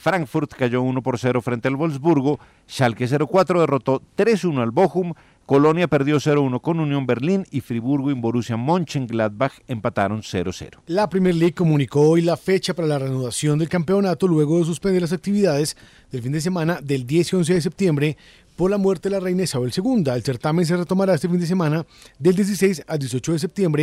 Frankfurt cayó 1 por 0 frente al Wolfsburgo, Schalke 0-4 derrotó 3-1 al Bochum, Colonia perdió 0-1 con Unión Berlín y Friburgo y Borussia Mönchengladbach empataron 0-0. La Premier League comunicó hoy la fecha para la reanudación del campeonato luego de suspender las actividades del fin de semana del 10 y 11 de septiembre por la muerte de la reina Isabel II. El certamen se retomará este fin de semana del 16 al 18 de septiembre.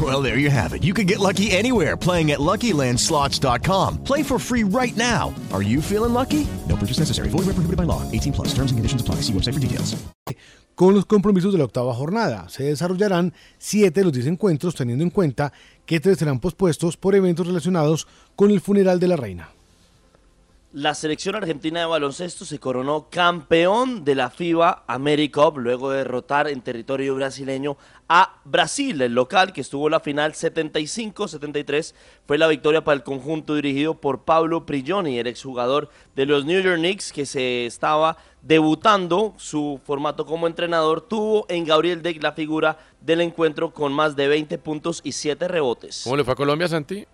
Well, there you have it. You can get lucky anywhere playing at LuckyLandSlots.com. Play for free right now. Are you feeling lucky? No purchase necessary. Void where prohibited by law. 18 plus. Terms and conditions apply. See website for details. Con los compromisos de la octava jornada, se desarrollarán 7 de los 10 encuentros, teniendo en cuenta que 3 serán pospuestos por eventos relacionados con el funeral de la reina. La selección argentina de baloncesto se coronó campeón de la FIBA America Cup luego de derrotar en territorio brasileño a Brasil, el local que estuvo en la final 75-73. Fue la victoria para el conjunto dirigido por Pablo Prigioni, el exjugador de los New York Knicks que se estaba debutando su formato como entrenador. Tuvo en Gabriel Deck la figura del encuentro con más de 20 puntos y 7 rebotes. ¿Cómo le fue a Colombia, Santi?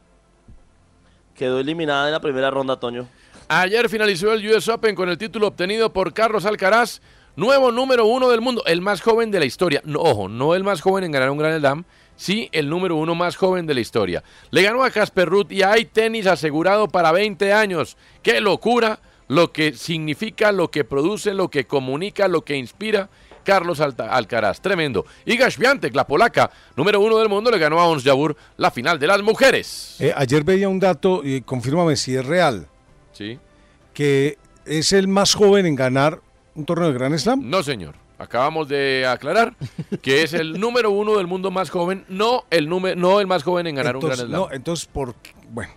Quedó eliminada en la primera ronda, Toño. Ayer finalizó el US Open con el título obtenido por Carlos Alcaraz, nuevo número uno del mundo, el más joven de la historia. No, ojo, no el más joven en ganar un Grand Slam, sí el número uno más joven de la historia. Le ganó a Casper Ruth y hay tenis asegurado para 20 años. ¡Qué locura! Lo que significa, lo que produce, lo que comunica, lo que inspira. Carlos Alta- Alcaraz, tremendo. Y Gashviantek, la polaca, número uno del mundo, le ganó a Ons Jabur la final de las mujeres. Eh, ayer veía un dato, y confírmame si es real, Sí. que es el más joven en ganar un torneo de Grand Slam. No, señor. Acabamos de aclarar que es <laughs> el número uno del mundo más joven, no el número, no el más joven en ganar entonces, un gran slam. No, entonces, ¿por qué? Bueno.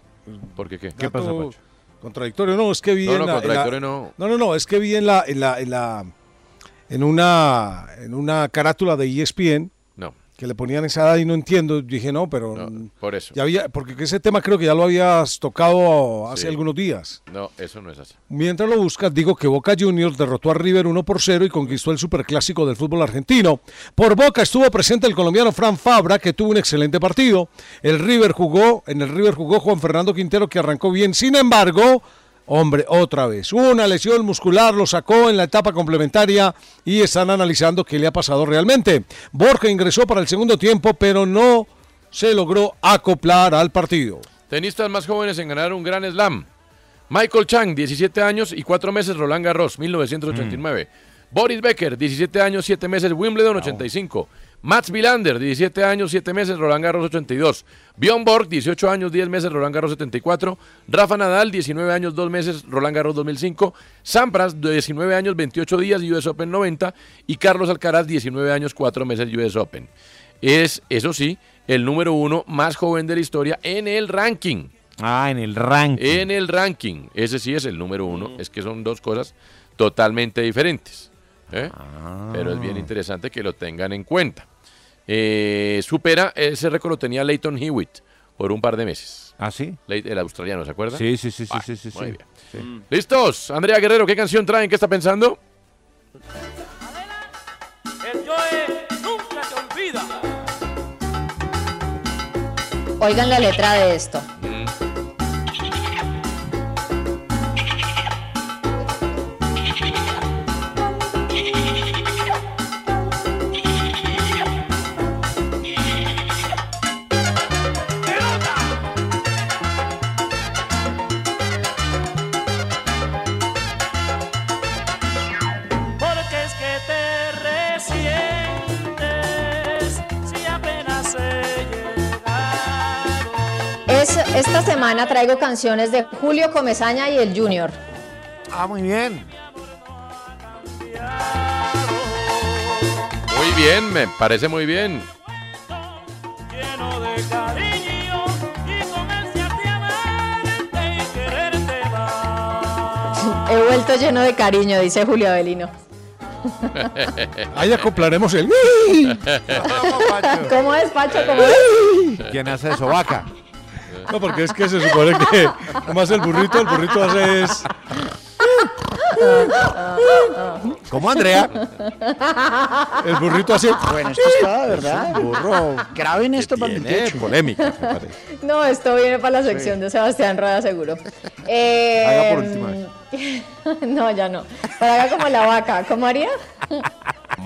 ¿Por qué qué? Dato Contradictorio, no, es que vi No, en no, la- en la- contradictorio no. No, no, no, es que vi en la, en la, en la- en una, en una carátula de E ESPN No, que le ponían esa edad y no entiendo. Dije, no, pero por eso. ya había, porque ese tema creo que ya lo habías tocado hace Sí. algunos días. No, eso no es así. Mientras lo buscas, digo que Boca Juniors derrotó a River 1 por 0 y conquistó el superclásico del fútbol argentino. Por Boca estuvo presente el colombiano Fran Fabra, que tuvo un excelente partido. El River jugó, en el River jugó Juan Fernando Quintero, que arrancó bien. Sin embargo, hombre, otra vez, hubo una lesión muscular, lo sacó en la etapa complementaria y están analizando qué le ha pasado realmente. Borja ingresó para el segundo tiempo, pero no se logró acoplar al partido. Tenistas más jóvenes en ganar un gran slam. Michael Chang, 17 años y 4 meses Roland Garros, 1989. Boris Becker, 17 años, 7 meses Wimbledon, 85. Mats Vilander, 17 años, 7 meses Roland Garros, 82. Bjorn Borg, 18 años, 10 meses Roland Garros, 74. Rafa Nadal, 19 años, 2 meses Roland Garros, 2005. Sampras, 19 años, 28 días US Open, 90. Y Carlos Alcaraz, 19 años, 4 meses US Open. Es, eso sí, el número uno más joven de la historia en el ranking. Ah, en el ranking. Mm. En el ranking. Ese sí es el número uno. Es que son dos cosas totalmente diferentes. ¿eh? Ah. Pero es bien interesante que lo tengan en cuenta. Eh, supera, ese récord lo tenía Leighton Hewitt por un par de meses. ¿Ah, sí? Leit- El australiano, ¿se acuerda? Sí, sí, sí, sí, Ah, sí, sí, muy sí. bien. Sí. Listos. Andrea Guerrero, ¿qué canción traen? ¿Qué está pensando? El Joe nunca te olvida. Oigan la letra de esto. Porque es que te resientes si apenas sé llegar. Entonces, esta semana traigo canciones de Julio Comezaña y el Junior. Ah, muy bien. Muy bien, me parece muy bien. <laughs> He vuelto lleno de cariño, dice Julio Avelino. Ahí acoplaremos el. <laughs> ¿Cómo es, Pacho? ¿Cómo es? ¿Quién hace eso? <laughs> Vaca. No, porque es que se supone que como hace el burrito, el burrito hace es. Como Andrea. El burrito hace. Bueno, esto está, ¿verdad? burro. Graben esto para el Eh, polémica. <laughs> No, esto viene para la sección de Sebastián Rueda, seguro. Eh, Haga por última vez. <laughs> no, ya no. Pero haga como la vaca. ¿Cómo haría? <laughs>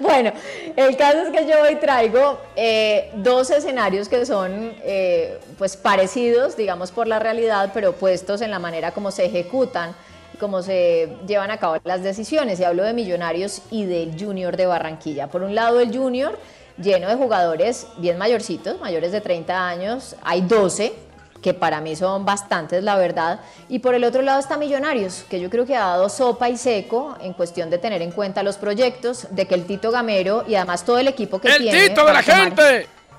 Bueno, el caso es que yo hoy traigo eh, dos escenarios que son eh, pues parecidos, digamos, por la realidad, pero opuestos en la manera como se ejecutan, como se llevan a cabo las decisiones. Y hablo de Millonarios y del Junior de Barranquilla. Por un lado, el Junior, lleno de jugadores bien mayorcitos, mayores de 30 años, hay 12 que para mí son bastantes, la verdad. Y por el otro lado está Millonarios, que yo creo que ha dado sopa y seco en cuestión de tener en cuenta los proyectos, de que el Tito Gamero y además todo el equipo que tiene... para tomar- <laughs>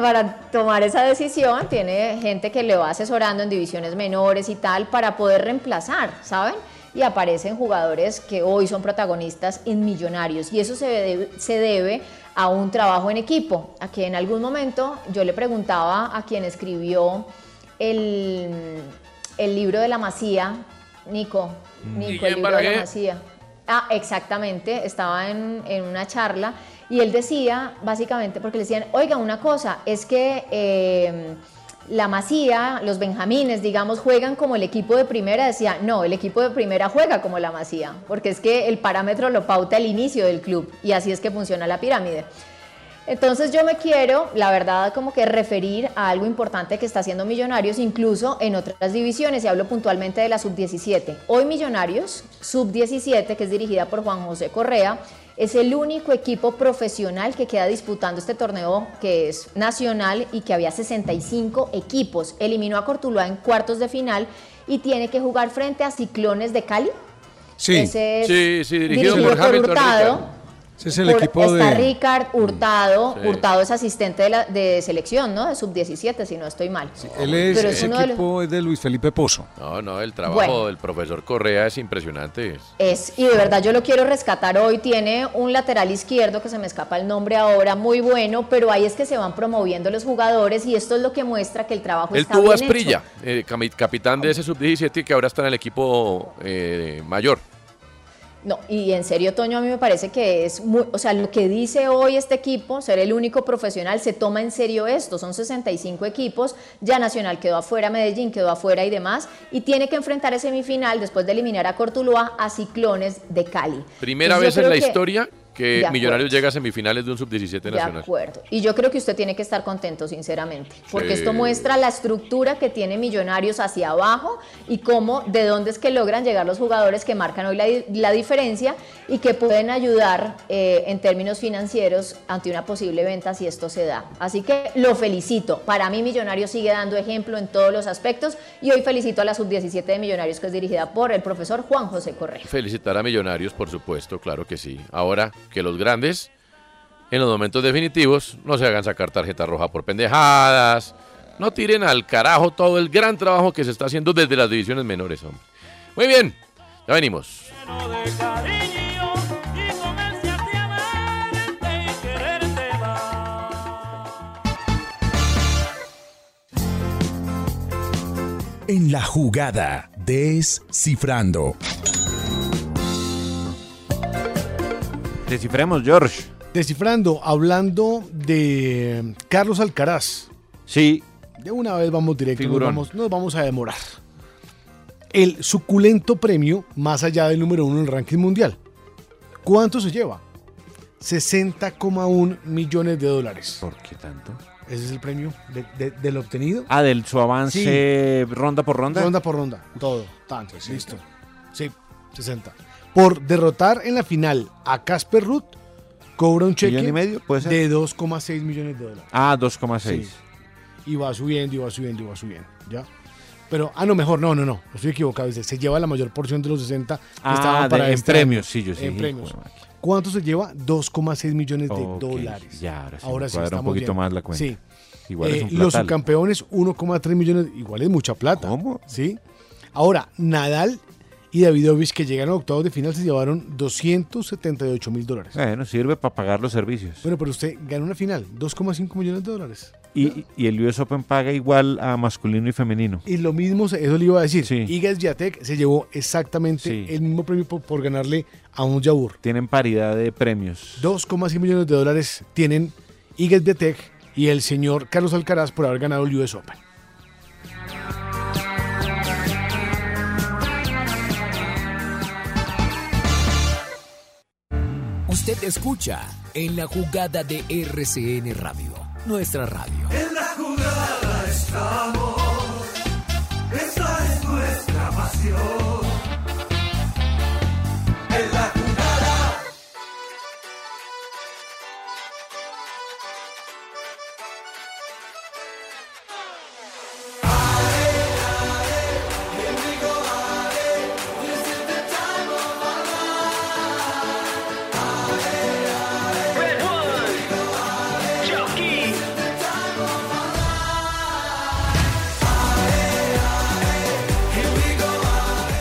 Para tomar esa decisión tiene gente que le va asesorando en divisiones menores y tal para poder reemplazar, ¿saben? Y aparecen jugadores que hoy son protagonistas en Millonarios. Y eso se debe, se debe a un trabajo en equipo. A que en algún momento yo le preguntaba a quien escribió el, el libro de la Masía, Nico, Mm. Nico, Guillén el libro de la Balaguer. Masía. Ah, exactamente, estaba en, en una charla y él decía, básicamente, porque le decían, oiga, una cosa, es que eh, la Masía, los Benjamines, digamos, juegan como el equipo de primera, decía, no, el equipo de primera juega como la Masía, porque es que el parámetro lo pauta el inicio del club y así es que funciona la pirámide. Entonces yo me quiero, la verdad, como que referir a algo importante que está haciendo Millonarios, incluso en otras divisiones, y hablo puntualmente de la sub-17. Hoy Millonarios, sub-17, que es dirigida por Juan José Correa, es el único equipo profesional que queda disputando este torneo que es nacional y que había 65 equipos. Eliminó a Cortuluá en cuartos de final y tiene que jugar frente a Ciclones de Cali. Ese es sí, sí, dirigido, por Hamilton Hurtado. Rica. Ese es el Por- equipo está de- Mm, Ricard Hurtado. sí. Hurtado es asistente de, la- de selección, ¿no? De sub-17, si no estoy mal. Él es, Pero ese uno de los- equipo es de Luis Felipe Pozo. No, no, el trabajo Bueno. del profesor Correa es impresionante. Es, y de verdad yo lo quiero rescatar hoy. Tiene un lateral izquierdo que se me escapa el nombre ahora, muy bueno, pero ahí es que se van promoviendo los jugadores y esto es lo que muestra que el trabajo Él Pues está tuvo a bien hecho. Asprilla, eh, cami- capitán de ese sub-17 que ahora está en el equipo eh, mayor. No, y en serio, Toño, a mí me parece que es muy, o sea, lo que dice hoy este equipo, ser el único profesional, se toma en serio esto. Son 65 equipos, ya Nacional quedó afuera, Medellín quedó afuera y demás, y tiene que enfrentar a semifinal después de eliminar a Cortuluá a Ciclones de Cali. Primera Entonces, yo vez en la creo que- historia De que acuerdo. Millonarios llega a semifinales de un sub-17 De nacional. acuerdo. Y yo creo que usted tiene que estar contento, sinceramente, porque Sí. esto muestra la estructura que tiene Millonarios hacia abajo y cómo, de dónde es que logran llegar los jugadores que marcan hoy la, di- la diferencia y que pueden ayudar eh, en términos financieros ante una posible venta si esto se da. Así que lo felicito. Para mí Millonarios sigue dando ejemplo en todos los aspectos y hoy felicito a la sub-17 de Millonarios que es dirigida por el profesor Juan José Correa. Felicitar a Millonarios, por supuesto, claro que sí. Ahora que los grandes, en los momentos definitivos, no se hagan sacar tarjeta roja por pendejadas. No tiren al carajo todo el gran trabajo que se está haciendo desde las divisiones menores, hombre. Muy bien, ya venimos. En la jugada, descifrando. Descifremos, George. Descifrando, hablando de eh, Carlos Alcaraz. Sí. De una vez vamos directo, nos Figurón. vamos, nos vamos a demorar. El suculento premio, más allá del número uno en el ranking mundial. ¿Cuánto se lleva? 60,1 millones de dólares. ¿Por qué tanto? Ese es el premio de- de- del obtenido. Ah, del su avance ronda por ronda. Ronda por ronda, todo, tanto, listo. Sí, 60. Por derrotar en la final a Casper Ruth, cobra un cheque ¿Millón y medio? ¿Puede ser? de 2,6 millones de dólares. Ah, 2,6. Y va subiendo, y va subiendo, y va subiendo. ¿Ya? Pero, ah, no, mejor, no, no, no, estoy equivocado. dice, Se lleva la mayor porción de los 60 que Ah, estaban de- para en este premios, año. sí, yo sí, En hijo premios. de ¿Cuánto se lleva? 2,6 millones de Ok, dólares. ya, ahora sí me cuadra un poquito más la cuenta. Sí. Eh, Igual es un los platal. subcampeones, 1,3 millones, igual es mucha plata. ¿Cómo? Sí. Ahora, Nadal y Davidovich, que llegaron a octavos de final, se llevaron 278 mil dólares. Bueno, sirve para pagar los servicios. Bueno, pero usted ganó una final, 2,5 millones de dólares. Y, y el US Open paga igual a masculino y femenino. Y lo mismo, se- eso le iba a decir. Igas Viatek se llevó exactamente el mismo premio por, por ganarle a un Yabur. Tienen paridad de premios. 2,5 millones de dólares tienen Igas Viatek y el señor Carlos Alcaraz por haber ganado el US Open. Usted escucha en la jugada de RCN Radio, nuestra radio. En la jugada estamos, esta es nuestra pasión. En la jugada.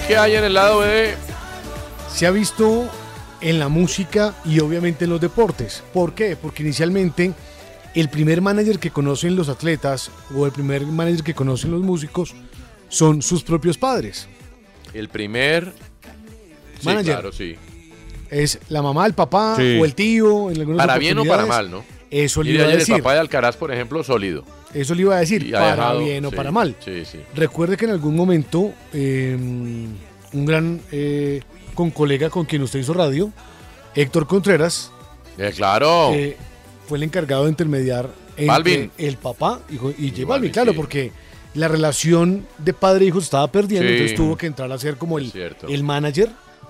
¿Qué hay en el lado B? Se ha visto en la música y obviamente en los deportes. ¿Por qué? Porque inicialmente el primer manager que conocen los atletas o el primer manager que conocen los músicos son sus propios padres. El primer. Sí, Manager. claro, sí. Es la mamá, el papá Sí. o el tío. En algunas Para bien o para mal, oportunidades. ¿no? Eso le Mire, iba a ayer decir. El papá de Alcaraz, por ejemplo, sólido. Eso le iba a decir, Y ha para dejado- bien o sí, para mal. Sí, sí. Recuerde que en algún momento eh, un gran eh, con colega con quien usted hizo radio, Héctor Contreras, Eh, claro. eh, fue el encargado de intermediar entre Balvin. el papá y, jo- y J Balvin, claro, porque la relación de padre e hijo se estaba perdiendo, Sí. entonces tuvo que entrar a ser como el, el manager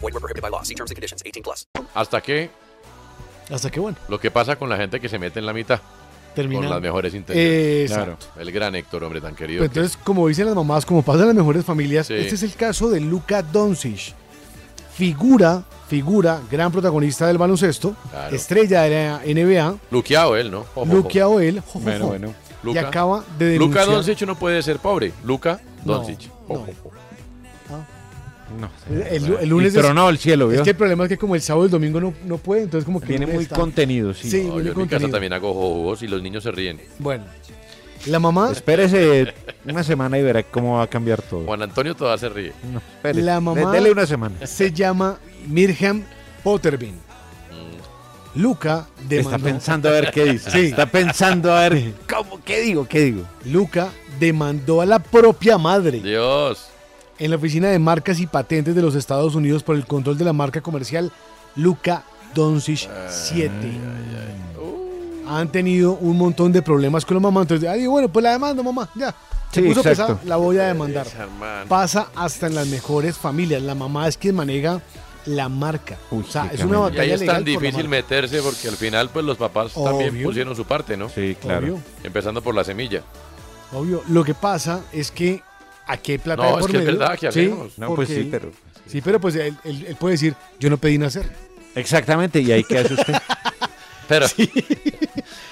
Void were prohibited by law. See terms and conditions. 18 plus. Hasta que Hasta que bueno. lo que pasa con la gente que se mete en la mitad. Terminando. Con las mejores intenciones. Exacto. El gran Héctor, hombre tan querido. Pero entonces, como dicen las mamás, como pasa en las mejores familias, Sí. este es el caso de Luka Doncic. Figura, figura, gran protagonista del baloncesto, Claro. estrella de la NBA, Luqueado él, ¿no? Ojo, luqueado él, jo, jo, Bueno, jo. bueno. y Luka. acaba de ojo. Luca denunciar. Doncic no puede ser pobre. Luca No, Doncic. Ojo, ojo. No. el, el lunes pero es- no, el cielo, Es ¿vio? que el problema es que como el sábado y el domingo no, no puede, entonces como que... Viene no muy está. contenido, sí. Sí, No, viene yo en mi casa contenido. también hago jojos y los niños se ríen. Bueno, la mamá... Espérese una semana y verá cómo va a cambiar todo. Juan Antonio todavía se ríe. Espérese. La mamá Dele una semana. se llama Mirjam Potterbean. Luca demandó. Mm. Está pensando a ver qué dice. Sí. Está pensando a ver cómo, qué digo, qué digo. Luca demandó a la propia madre Dios. en la Oficina de Marcas y Patentes de los Estados Unidos por el control de la marca comercial Luca Doncic 7. Uh. Han tenido un montón de problemas con la mamá. Entonces, ah, digo, bueno, pues la demando, mamá. Ya. Se Sí, puso exacto. pesada, la voy a demandar. Esa, man. Pasa hasta en las mejores familias. La mamá es quien maneja la marca. o sea, qué es camino. una Y ahí batalla es tan legal por la difícil meterse porque al final pues los papás también Obvio. pusieron su parte, ¿no? Sí, claro. Obvio. Empezando por la semilla. Obvio, lo que pasa es que aquí hay plata No, de es por que es medio. verdad que Sí, hacemos. No, pues porque- sí, pero- Sí, pero pues él, él- él puede decir, yo no pedí nacer. Exactamente, y ahí qué hace usted. <laughs> Pero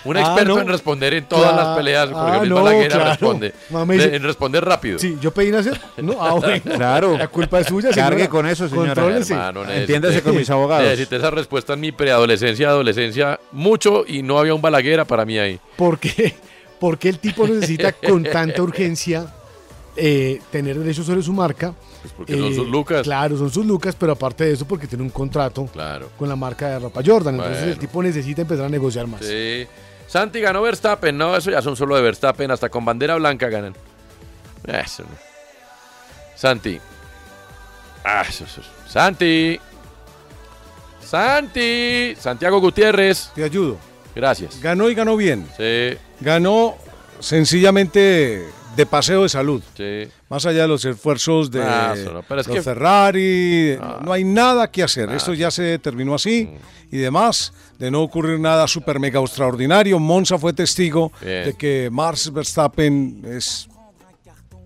un Ah, experto no. en responder en todas Cla- las peleas, porque Ah, Luis no, Balaguer claro. responde. Mamá me De- dice- en responder rápido. Sí, yo pedí nacer. No, ah, bueno. <laughs> Claro. La culpa es suya, <laughs> señora. Cargue con eso, señora. Ah, Contrólese. Hermano, necesité- <laughs> Entiéndase con mis abogados. Necesité esa respuesta en mi preadolescencia, adolescencia, mucho y no había un Balaguer para mí ahí. ¿Por qué? ¿Por qué el tipo necesita con tanta urgencia eh, tener derecho sobre su marca. Pues Eh, porque son sus lucas. Claro, son sus lucas, pero aparte de eso, porque tiene un contrato con la marca de ropa Jordan. Entonces Bueno. el tipo necesita empezar a negociar más. Sí. Santi ganó Verstappen, no, eso ya son solo de Verstappen, hasta con bandera blanca ganan. Eso no. Santi. Ah, eso, eso, eso. Santi. Santi. Santiago Gutiérrez. Te ayudo. Gracias. Ganó y ganó bien. Sí, Ganó sencillamente de paseo de salud. sí. Más allá de los esfuerzos de Ah, solo, pero es los que- Ah. Ferrari, no hay nada que hacer. Esto ya se terminó así Mm. y demás. De no ocurrir nada super mega extraordinario, Monza fue testigo Bien. de que Max Verstappen es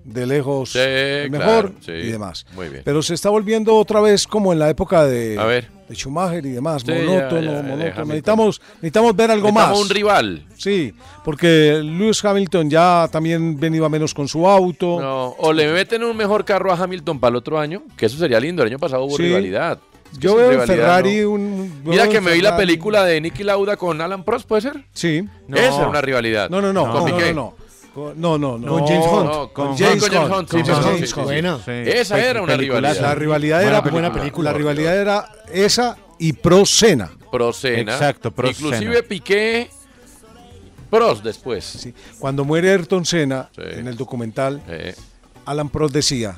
de lejos el Pues, mejor claro, sí. y demás. Muy bien. Pero se está volviendo otra vez como en la época de, A ver. de Schumacher y demás, Sí, ya, monótono, ya, monótono. déjame. Necesitamos, necesitamos ver algo Necesitamos más. un rival. Sí, porque Lewis Hamilton ya también venía menos con su auto. No, o le meten un mejor carro a Hamilton para el otro año, que eso sería lindo. El año pasado hubo Sí. rivalidad. Es que Yo sin veo en rivalidad, Ferrari no. un. Mira veo que en me vi la Ferrari- película de Nicky Lauda con Alan Prost, ¿puede ser? Sí. Esa era una rivalidad. No, no, no. Con No, no, Piqué. no. no. Con, no, no, no. No, Con James Hunt. no, con James Hunt, sí, sí, Con sí, James sí, Hunt. sí. Buena. Sí. Esa era una Peliculaza. rivalidad. La rivalidad Buena era. película. La rivalidad era esa y pro Senna. Procena. Exacto, Prost Inclusive Senna. Piqué. Prost después. Cuando muere Ayrton Senna, en el documental, Alan Prost decía.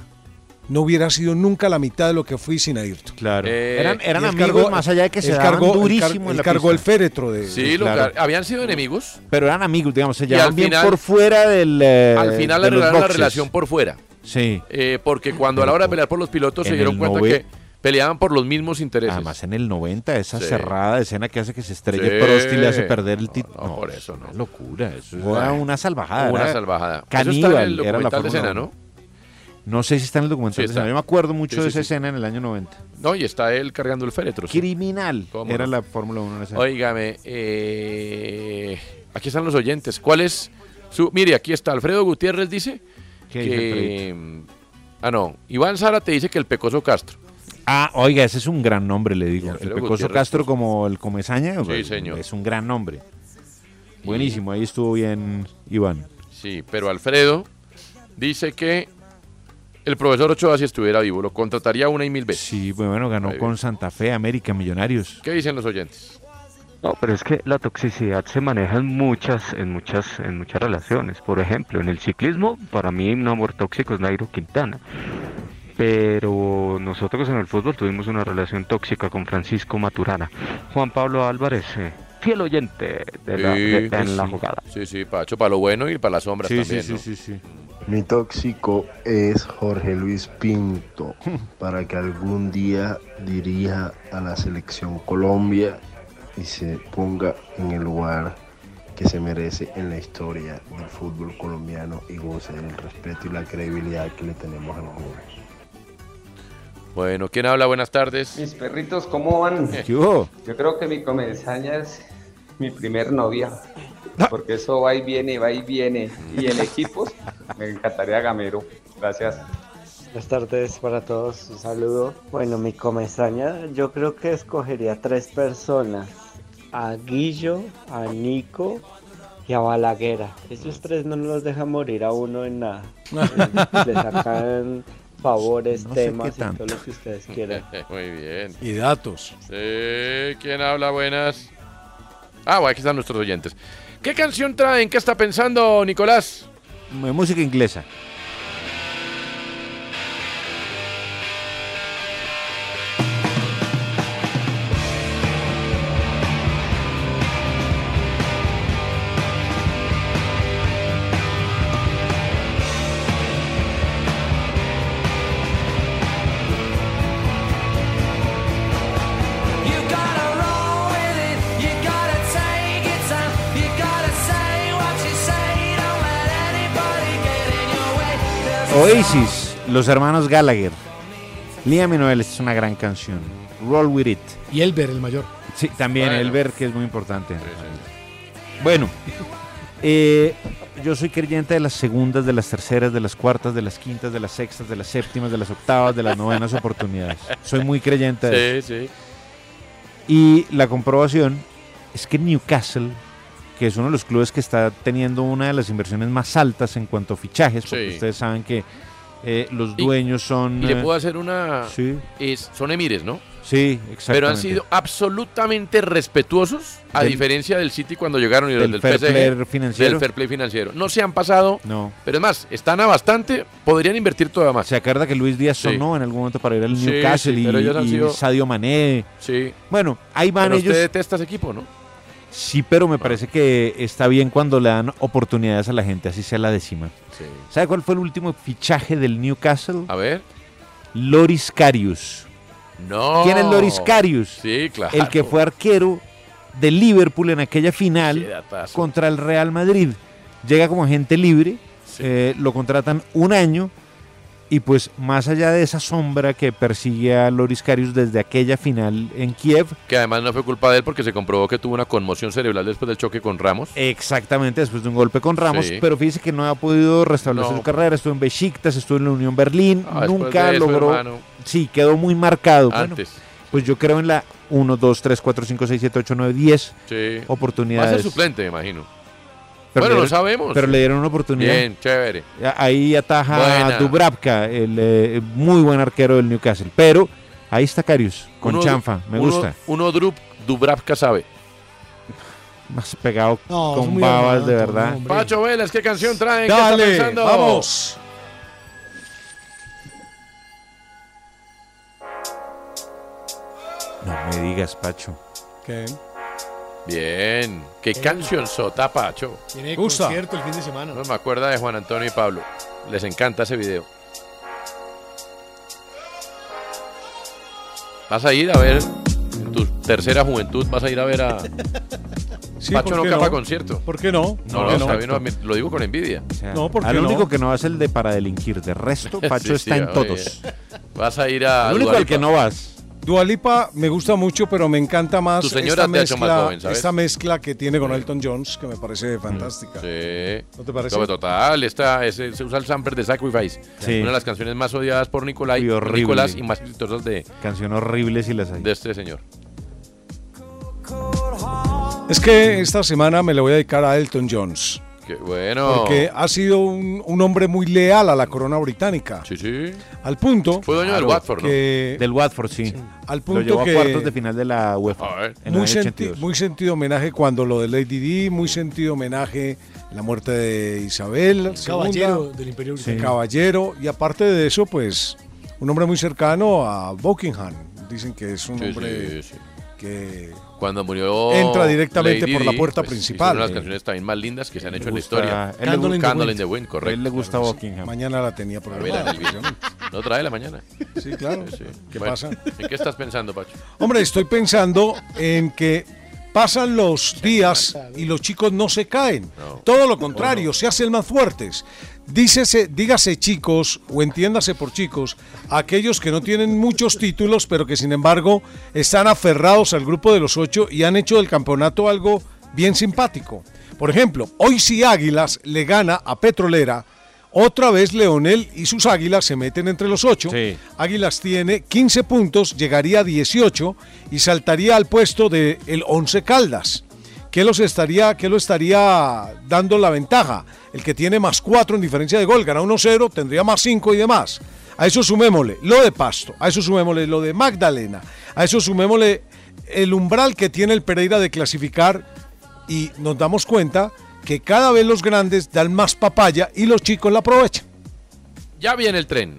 No hubiera sido nunca la mitad de lo que fui sin Ayrton. Claro. Eh, eran eran Y él amigos cargó- más allá de que se él daban cargó- él car- durísimo en él la cargó pista. el féretro de. Sí, lo Claro. car- habían sido enemigos. Pero eran amigos, digamos, se Y llevaban al bien final- por fuera del. eh, Al final de los arreglaron la boxes. relación por fuera. Sí. Eh, porque cuando a la hora de pelear por los pilotos se en dieron el cuenta nove- que peleaban por los mismos Ah, intereses. Además, en el 90, esa Sí. cerrada escena que hace que se estrelle Sí. Prost y le hace perder el título. No, por eso no. Una locura, eso era Bueno, una salvajada. una era salvajada. Eso está en Caníbal, el era la documental de Fórmula escena, uno. No sé si está en el documental Sí, de escena. está. Yo me acuerdo mucho Sí, de sí, esa sí. escena en el año 90. No, y está él cargando el féretro. Criminal. Era la Fórmula 1 en esa época. Óigame, eh, aquí están los oyentes. ¿Cuál es su...? Mire, aquí está. Alfredo Gutiérrez dice ¿Qué que... dice ah, no. Iván Sara te dice que el Pecoso Castro. Ah, oiga, ese es un gran nombre, le digo. El Alfredo Pecoso Gutiérrez, Castro como el Comezaña. pues, señor. Es un gran nombre. Buenísimo, ahí estuvo bien Iván. Sí, pero Alfredo dice que el profesor Ochoa, si estuviera vivo, lo contrataría una y mil veces. Sí, bueno, ganó con Santa Fe, América, Millonarios. ¿Qué dicen los oyentes? No, pero es que la toxicidad se maneja en muchas, en muchas, en muchas relaciones. Por ejemplo, en el ciclismo, para mí un amor tóxico es Nairo Quintana. Pero nosotros en el fútbol tuvimos una relación tóxica con Francisco Maturana. Juan Pablo Álvarez, eh, fiel oyente de la, Sí, de- de- pues en la sí. jugada. Sí, sí, Pacho, para lo bueno y para las sombras Sí, sí, también. sí, ¿no? sí, Mi tóxico es Jorge Luis Pinto, para que algún día dirija a la selección Colombia y se ponga en el lugar que se merece en la historia del fútbol colombiano y goce del respeto y la credibilidad que le tenemos al jugador. Bueno, ¿quién habla? Buenas tardes. Mis perritos, ¿cómo van? <laughs> ¿Qué hubo? Yo creo que mi comenzaña es mi primer novia, Ah. porque eso va y viene, va y viene. Y en equipos, me encantaría Gamero. Gracias. Buenas tardes para todos, un saludo. Bueno, mi comezaña, yo creo que escogería tres personas: a Guillo, a Nico y a Balaguera. Esos tres no nos dejan morir a uno en nada. Eh, Le sacan favores, No sé qué temas y tanto. todo lo que ustedes quieran. Muy bien. Y datos. Sí, ¿quién habla? Buenas. Ah, bueno, aquí están nuestros oyentes. ¿Qué canción traen? ¿Qué está pensando Nicolás? M- Música inglesa. You gotta roll with it, you gotta take it time, you gotta say what you say, don't let anybody get in your way. Oasis, los hermanos Gallagher. Liam y Noel, esta es una gran canción. Roll with it. Y Elber, el mayor. Sí, también Bueno. Elber, que es muy importante. Bueno, <laughs> eh, yo soy creyente de las segundas, de las terceras, de las cuartas, de las quintas, de las sextas, de las séptimas, de las octavas, de las novenas oportunidades. Soy muy creyente de eso. Sí, sí. Y la comprobación es que Newcastle que es uno de los clubes que está teniendo una de las inversiones más altas en cuanto a fichajes, porque Sí. ustedes saben que eh, los Y- dueños son... Y le eh, puedo hacer una... Sí. es- son emires, ¿no? Sí, Pero han exactamente. sido absolutamente respetuosos, a Del- diferencia del City cuando llegaron y los del del fair PSG, play financiero. Del fair play financiero. No se han pasado, No. pero es más, están a bastante, podrían invertir todavía más. Se acuerda que Luis Díaz Sí. sonó en algún momento para ir al Sí, Newcastle sí, y, pero ellos han y sido- Sadio Mané. Sí. Bueno, ahí van Pero ellos. Usted detesta ese equipo, ¿no? Sí, pero Ah. me parece que está bien cuando le dan oportunidades a la gente, así sea la décima. Sí. ¿Sabe cuál fue el último fichaje del Newcastle? A ver. Loris Karius. No. ¿Quién es Loris Karius? Sí, claro. El que fue arquero de Liverpool en aquella Qué final datazo. contra el Real Madrid. Llega como agente libre, eh, lo contratan un año y pues más allá de esa sombra que persigue a Loris Karius desde aquella final en Kiev, Que además no fue culpa de él porque se comprobó que tuvo una conmoción cerebral después del choque con Ramos. Exactamente, después de un golpe con Ramos, Sí. pero fíjese que no ha podido restablecer No. su carrera, estuvo en Besiktas, estuvo en la Unión Berlín, Ah, después nunca de eso, logró, hermano. sí, quedó muy marcado. Bueno, Antes. pues yo creo en la 1, 2, 3, 4, 5, 6, 7, 8, 9, 10 Sí. Va a oportunidades. ser suplente, me imagino. Pero bueno, le lo dieron- sabemos. Pero le dieron una oportunidad. Bien, chévere. A- Ahí ataja Buena. a Dubravka, el eh, muy buen arquero del Newcastle. Pero ahí está Carius, con Uno- chanfa, me uno- gusta. Uno Drub, Dubravka sabe. Más pegado No, es con muy babas, de arrogante, verdad. Pacho Vélez, ¿qué canción traen? ¿Qué Dale, está pensando? vamos. No me digas, Pacho. ¿Qué? Bien. ¿Qué canción sota, Pacho? Tiene Gusta. concierto el fin de semana. No me acuerda de Juan Antonio y Pablo. Les encanta ese video. Vas a ir a ver, en tu tercera juventud, vas a ir a ver <laughs> a... Sí, Pacho ¿por no qué capa no? concierto. ¿Por qué no? No, ¿Por qué no, no? Javi, no, me- lo digo con envidia. O sea, No, ¿por qué al no? único que no va es el de para delinquir. De resto, Pacho <laughs> Sí, sí, está en oye. todos. Vas a ir a... El único Dua al que Lipa. no vas. Dualipa me gusta mucho, pero me encanta más Tu señora esta te ha hecho mezcla, más joven, ¿sabes? Mm. esta mezcla que tiene con Elton Jones, que me parece fantástica. Sí. ¿No te parece? No, total, esta, ese- se usa el sample de Sacrifice. Sí. Una de las canciones más odiadas por Nicolai, Y horrible. Nicolás y más exitosas de, Canción horrible si las hay. de este señor. Es que esta semana me le voy a dedicar a Elton Jones, Qué bueno. porque ha sido un, un hombre muy leal a la corona británica. Sí, sí. Al punto. Fue dueño del Claro, Watford, ¿no? que- Del Watford, sí. Al Lo punto llevó que- a cuartos de final de la UEFA. En el muy, año senti- 82. muy sentido homenaje cuando lo de Lady Di, muy sentido homenaje la muerte de Isabel, Caballero segunda, del Imperio sí. Británico. caballero y aparte de eso, pues un hombre muy cercano a Buckingham. Dicen que es un Sí, hombre sí, sí. que Cuando murió. Entra directamente Lady por la Di, puerta pues, hizo principal. Una de las canciones también más lindas que se han hecho en la gusta- historia. él le Candle in the Candle Wind. in the Wind, correcto. Él le gusta Buckingham. mañana la tenía Vela en programada. el video. Lo trae la mañana. Sí, claro. ¿Qué pasa? ¿En qué estás pensando, Pacho? Hombre, estoy pensando en que pasan los días y los chicos no se caen. Todo lo contrario, se hacen más fuertes. Dícese, dígase chicos o entiéndase por chicos, aquellos que no tienen muchos títulos, pero que sin embargo están aferrados al grupo de los ocho y han hecho del campeonato algo bien simpático. Por ejemplo, hoy si Águilas le gana a Petrolera, otra vez Leonel y sus Águilas se meten entre los ocho. Águilas tiene 15 puntos, llegaría a 18 y saltaría al puesto de el 11 Caldas. ¿Qué los estaría, qué lo estaría dando la ventaja? El que tiene más 4 en diferencia de gol, gana 1-0, tendría más 5 y demás. A eso sumémosle lo de Pasto, a eso sumémosle lo de Magdalena, a eso sumémosle el umbral que tiene el Pereira de clasificar y nos damos cuenta que cada vez los grandes dan más papaya y los chicos la aprovechan. Ya viene el tren.